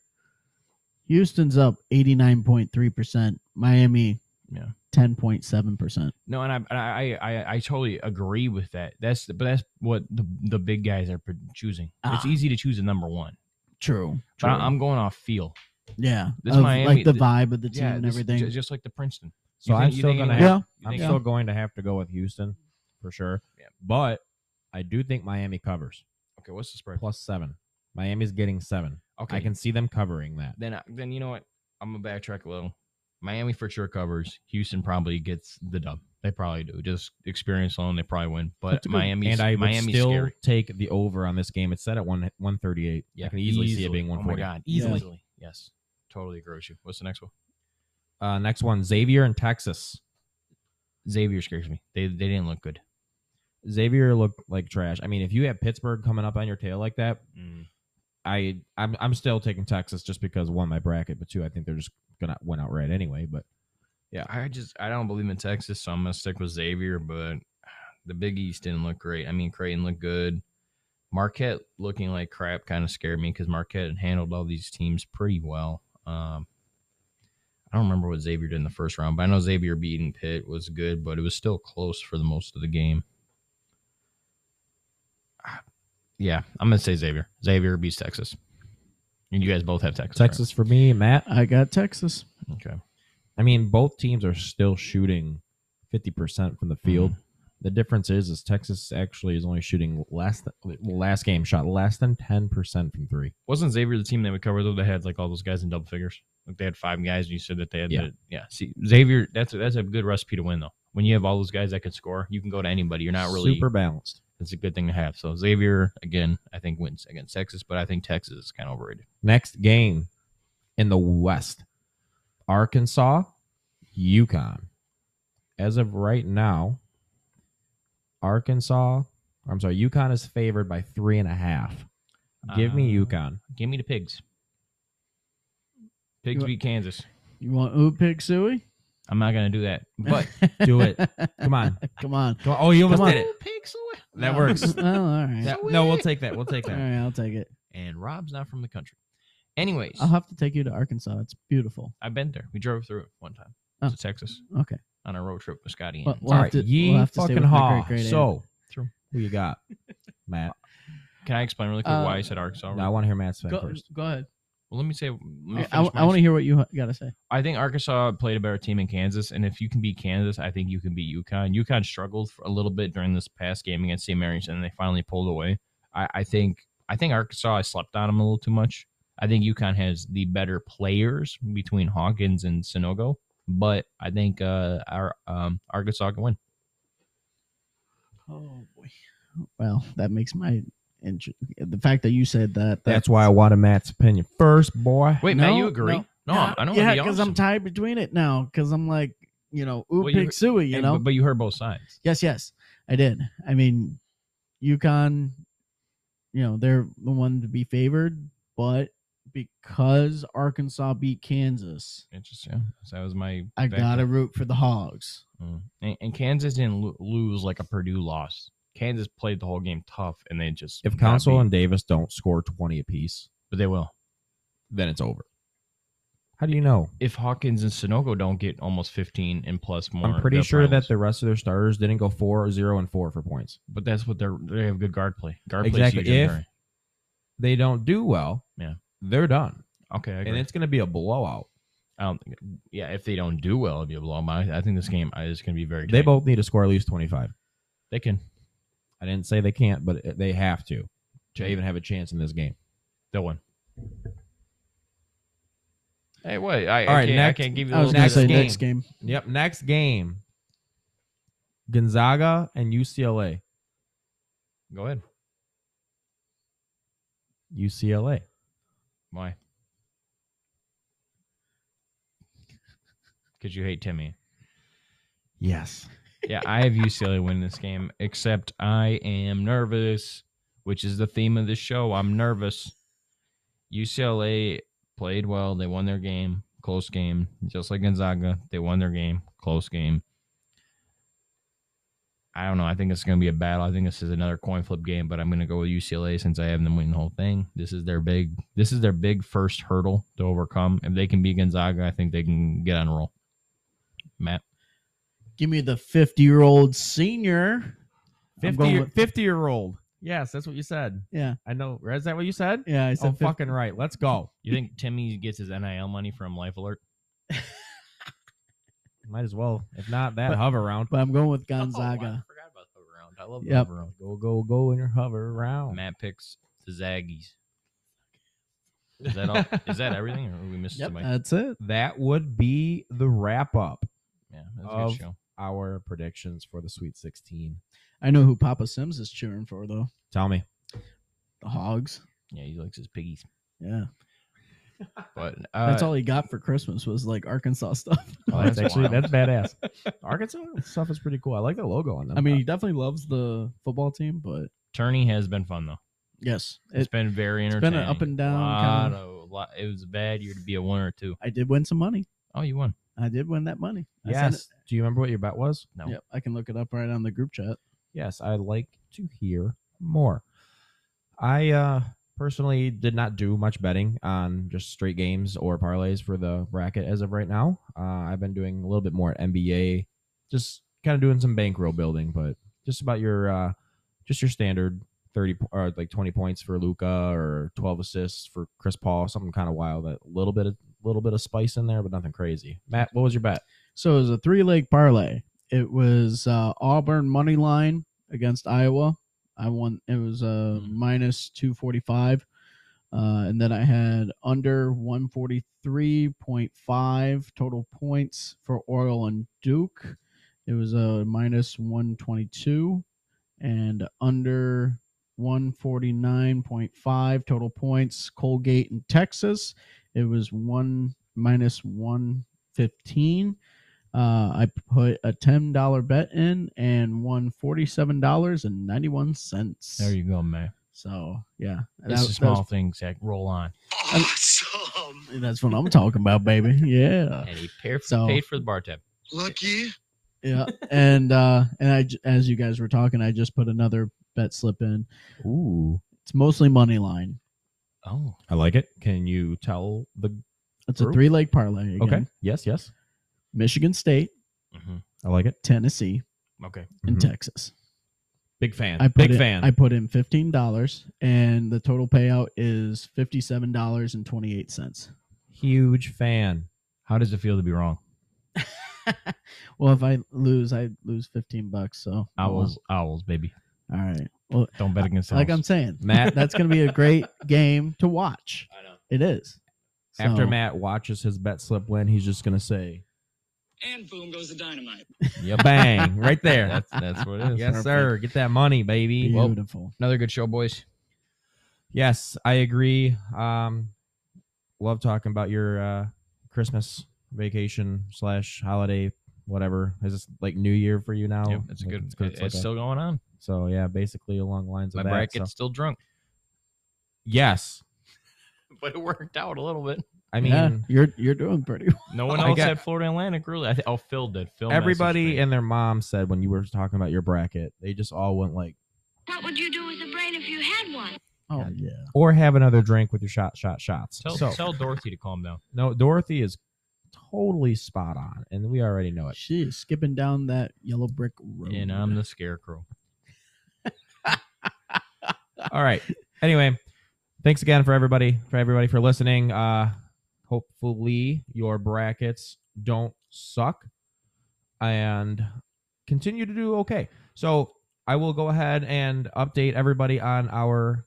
S3: Houston's up 89.3%. Miami,
S1: Yeah.
S3: 10.7%.
S1: No, and I, and I, I, I totally agree with that. That's, but that's what the, the big guys are pre- choosing. It's
S3: Ah.
S1: easy to choose a number one.
S3: True.
S1: But I- I'm going off feel.
S3: yeah.
S1: this
S3: of,
S1: Miami-
S3: like the
S1: th-
S3: vibe of the team and
S1: this-
S3: everything.
S1: ju- just like the Princeton.
S2: So
S1: You think-
S2: I'm
S1: you
S2: still
S1: think
S2: gonna
S1: Atlanta-
S2: have,
S3: Yeah.
S1: you
S2: I'm
S1: think-
S2: still going to have to go with Houston for sure.
S1: Yeah.
S2: But I do think Miami covers
S1: Okay, what's the spread?
S2: plus seven. Miami's getting seven.
S1: Okay,
S2: I can see them covering that.
S1: then I- then you know what? I'm gonna backtrack a little. Miami for sure covers. Houston probably gets the dub. They probably do. Just experience alone, they probably win. But
S3: That's a good-
S1: Miami,
S2: and I
S1: Miami's
S2: would still
S1: scary.
S2: take the over on this game. It's set at one one thirty eight. I can easily, see it being one
S1: Oh my
S2: forty.
S1: god,
S3: Yeah.
S1: easily. Yes, totally agree with you. What's the next one?
S2: Uh, next one, Xavier and Texas.
S1: Xavier scares me. They they didn't look good.
S2: Xavier looked like trash. I mean, if you have Pittsburgh coming up on your tail like that, I I'm, I'm still taking Texas just because one my bracket, but two I think they're just gonna win outright anyway. But
S1: Yeah, I just I don't believe in Texas, so I'm gonna stick with Xavier. But the Big East didn't look great. I mean, Creighton looked good. Marquette looking like crap kind of scared me because Marquette had handled all these teams pretty well. Um, I don't remember what Xavier did in the first round, but I know Xavier beating Pitt was good, but it was still close for the most of the game. Ah, Yeah, I'm gonna say Xavier. Xavier beats Texas. And you guys both have Texas. right?
S2: Texas for me, Matt.
S3: I got Texas.
S1: Okay.
S2: I mean, both teams are still shooting fifty percent from the
S3: Mm-hmm.
S2: field. The difference is, is Texas actually is only shooting less. Than, well, last game shot less than ten percent from three.
S1: Wasn't Xavier the team that would cover though? They had like all those guys in double figures. Like they had five guys, and you said that they had.
S2: Yeah.
S1: Yeah. yeah. See, Xavier, that's a, that's a good recipe to win though. When you have all those guys that can score, you can go to anybody. You're not really.
S2: super balanced.
S1: It's a good thing to have. So Xavier again, I think wins against Texas, but I think Texas is kind of overrated.
S2: Next game in the West, Arkansas, Yukon. As of right now, Arkansas, I'm sorry, Yukon is favored by three and a half. Give me
S1: Uh,
S2: Yukon.
S1: Give me the pigs. Pigs
S3: You-
S1: beat Kansas.
S3: You want Ooh Pig Suey?
S1: I'm not gonna do that, but
S2: do it. Come on.
S3: Come on.
S2: Come on- Oh, you almost
S3: Come on.
S2: did it.
S1: pigs.
S2: That works.
S3: Oh, all right.
S2: That- no, we'll take that. We'll take
S3: All
S2: that.
S3: right, I'll take it.
S1: And Rob's not from the country. Anyways,
S2: Uh-huh.
S3: I'll have to take you to Arkansas. It's beautiful.
S1: I've been there. We drove through it one time
S3: Oh.
S1: to Texas
S3: Okay.
S1: on a road trip with Scotty.
S3: Well,
S1: and
S3: well, We'll
S2: All
S3: have
S2: right.
S3: to-
S2: Ye
S3: we'll have to stay
S2: fucking
S3: with my
S2: haw.
S3: great great aunt.
S2: So,
S1: True.
S2: who you got? Matt.
S1: Can I explain really quick why I
S3: Uh,
S1: said Arkansas?
S2: No, I want to hear Matt's
S3: Go,
S2: first.
S3: go ahead.
S1: well, let me say. Let me
S3: I,
S1: finish my
S3: want to hear what you got to say.
S1: I think Arkansas played a better team in Kansas, and if you can beat Kansas, I think you can beat UConn. UConn struggled for a little bit during this past game against St. Mary's, and they finally pulled away. I, I think I think Arkansas I slept on them a little too much. I think UConn has the better players between Hawkins and Sinogo, but I think uh, our um, Arkansas can win.
S3: Oh boy. Well, that makes my int- the fact that you said that. that
S2: That's why I wanted Matt's opinion first, boy.
S1: Wait,
S3: No,
S1: Matt, you agree?
S3: no.
S1: No, I don't.
S3: Yeah,
S1: because
S3: I'm tied between it now. Because I'm like, you know, ooh
S1: Well, you-
S3: Pig Suey. You know.
S1: but, but you heard both sides.
S3: Yes, yes, I did. I mean, UConn, you know, they're the one to be favored, but because Arkansas beat Kansas,
S1: Interesting. So that was my.
S3: I
S1: back-
S3: gotta root for the Hogs.
S1: Mm. And, and Kansas didn't lo- lose like a Purdue loss. Kansas played the whole game tough, and they just
S2: If
S1: got
S2: Council
S1: beat.
S2: and Davis don't score 20 apiece,
S1: but they will.
S2: then it's over. How do you know?
S1: If Hawkins and Sunogo don't get almost fifteen and plus more,
S2: I'm pretty
S1: they're
S2: sure that
S1: problems.
S2: the rest of their starters didn't go four, zero, and four for points.
S1: But that's what they're they have good guard play. Guard
S2: Exactly.
S1: play is
S2: If-
S1: huge. If,
S2: They don't do well.
S1: Yeah.
S2: They're done.
S1: okay, I,
S2: And
S1: agree.
S2: it's going to be a blowout.
S1: I don't think. Yeah, if they don't do well, it'll be a blowout. But I I think this game is going to be very.
S2: They
S1: tight.
S2: both need to score at least 25.
S1: they can
S2: I didn't say they can't, but it- they have to to even have a chance in this game.
S1: they'll win. Hey, what? I,
S2: All
S1: I
S2: right,
S1: can't,
S2: next-
S1: I
S2: Oh,
S1: can't give you.
S3: I
S1: the
S3: was
S1: little
S3: gonna
S2: next
S3: say
S2: game.
S3: next game.
S2: Yep. Next game Gonzaga and UCLA.
S1: Go ahead.
S2: UCLA.
S1: Why? Because you hate Timmy.
S2: Yes.
S1: Yeah, I have UCLA winning this game, except I am nervous, which is the theme of this show. I'm nervous. UCLA played well. They won their game. close game. Just like Gonzaga, they won their game, close game. I don't know. I think it's going to be a battle. I think this is another coin flip game, but I'm going to go with UCLA since I have them winning the whole thing. This is their big. This is their big first hurdle to overcome. If they can beat Gonzaga, I think they can get on a roll. Matt,
S3: Give me the 50 year old senior. I'm
S2: 50,
S3: going
S2: year,
S3: with-
S2: 50 year old. Yes, that's what you said.
S3: Yeah.
S2: I know. Is that what you said?
S3: Yeah, I said
S2: oh,
S3: 50.
S2: fucking right. Let's go.
S1: you think Timmy gets his NIL money from Life Alert?
S2: Might as well. If not, that
S3: But-
S2: hover around.
S3: but I'm going with
S1: Oh, I
S3: Gonzaga.
S1: forgot about the hover round. I love the
S3: Yep.
S1: hover round.
S2: Go, go, go in your hover around.
S1: Matt picks the Zaggies. Is that all? is that everything, or we missed
S3: yep, Uh,
S1: somebody?
S3: that's it.
S2: That would be the wrap up
S1: yeah, that's a
S2: of-
S1: good show.
S2: our predictions for the Sweet 16.
S3: I know who Papa Sims is cheering for though.
S2: Tell me.
S3: The Hogs.
S1: Yeah, he likes his piggies,
S3: Yeah,
S1: but uh,
S3: that's all he got for Christmas was like Arkansas stuff.
S1: Oh,
S2: that's,
S1: that's
S2: actually
S1: wild.
S2: that's badass. Arkansas stuff is pretty cool. I like the logo on them.
S3: I mean, he definitely loves the football team, but
S1: Tourney has been fun though.
S3: yes,
S1: It's
S3: it,
S1: been very
S3: it's
S1: entertaining.
S3: been an up and down
S1: Lot
S3: kinda-
S1: of- lot- it was a bad year to be a one or two.
S3: I did win some money.
S1: Oh, you won.
S3: I did win that money. I sent
S2: yes. Do you remember what your bet was?
S1: No.
S3: it- Yep, I can look it up right on the group chat.
S2: Yes, I'd like to hear more. I uh, personally did not do much betting on just straight games or parlays for the bracket as of right now. Uh, I've been doing a little bit more NBA, just kind of doing some bankroll building, but just about your uh, just your standard thirty po- or like twenty points for Luca or twelve assists for Chris Paul, something kind of wild, a little bit of little bit of spice in there, but nothing crazy. Matt, what was your bet?
S3: So it was a three leg parlay. It was uh, Auburn money line against Iowa. I won. It was uh,
S1: Mhm.
S3: minus two forty five, uh, and then I had under one forty three point five total points for Oil and Duke. It was a minus one twenty two, and under one forty nine point five total points Colgate and Texas. It was one minus one fifteen. Uh, I put a ten dollar bet in and won forty seven dollars and ninety one cents.
S1: There you go, man.
S3: So yeah,
S1: This
S3: that-
S1: is small things. Zach. Roll on.
S6: Awesome.
S3: That's, that's what I'm talking about, baby. Yeah,
S1: And he paid for,
S3: Uh, So-
S1: paid for the bar tab.
S6: Lucky.
S3: yeah. And uh, and I j- as you guys were talking, I just put another bet slip in.
S2: Ooh,
S3: It's mostly money line.
S1: Oh,
S2: I like it. Can you tell the?
S3: It's a
S2: Group?
S3: three leg parlay. Again.
S2: Okay. Yes. Yes.
S3: Michigan State,
S1: hmm
S2: I like it.
S3: Tennessee,
S1: okay.
S3: and
S2: Mhm.
S3: Texas.
S2: Big fan.
S3: I put
S2: Big
S3: in,
S2: fan.
S3: I put in fifteen dollars, and the total payout is fifty seven dollars and twenty eight cents.
S2: Huge fan.
S1: How does it feel to be wrong?
S3: well, if I lose, I lose fifteen bucks. So
S1: Owls, owls, baby.
S3: All right. Well,
S1: Don't bet against
S3: like
S1: owls.
S3: I'm saying,
S2: Matt,
S3: that's going to be a great game to watch.
S1: I know.
S3: It is.
S2: after
S3: So,
S2: Matt watches his bet slip win, he's just gonna say
S7: And boom goes the dynamite.
S1: Yep.
S2: bang right there.
S1: that's that's what it is.
S2: yes, sir. Get that money, baby. Well,
S3: beautiful.
S1: Another good show, boys.
S2: yes, I agree. Um, love talking about your uh, Christmas vacation slash holiday, whatever. Is this like New Year for you now?
S1: Yep, it's a
S2: Like,
S1: good.
S2: Oh, it's
S1: it's
S2: like a-
S1: still going on.
S2: so yeah, basically along the lines
S1: My
S2: of that.
S1: bracket's
S2: so-
S1: still drunk,
S2: Yes,
S1: but it worked out a little bit.
S2: I mean.
S3: yeah, you're you're doing pretty. well.
S1: No one
S2: I
S1: else
S2: got-
S1: had Florida Atlantic really. I th- oh, Phil did. Phil. messaged
S2: Everybody
S1: me.
S2: and their mom said when you were talking about your bracket, they just all went like,
S8: What would you do with a brain if you had one?
S3: Oh yeah.
S2: or have another drink with your shot, shot, shots.
S1: tell,
S2: so,
S1: tell Dorothy to calm down.
S2: no, Dorothy is totally spot on, and we already know it.
S3: She is skipping down that yellow brick road.
S1: And I'm the scarecrow.
S2: All right. Anyway, thanks again for everybody for everybody for listening. Uh, hopefully your brackets don't suck, and continue to do okay. So I will go ahead and update everybody on our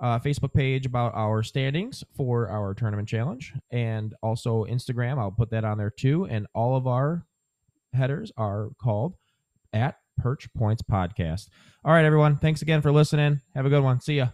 S2: uh, Facebook page about our standings for our tournament challenge, and also Instagram. I'll put that on there too, and all of our headers are called at Perch Points Podcast. All right, everyone. Thanks again for listening. Have a good one. See ya.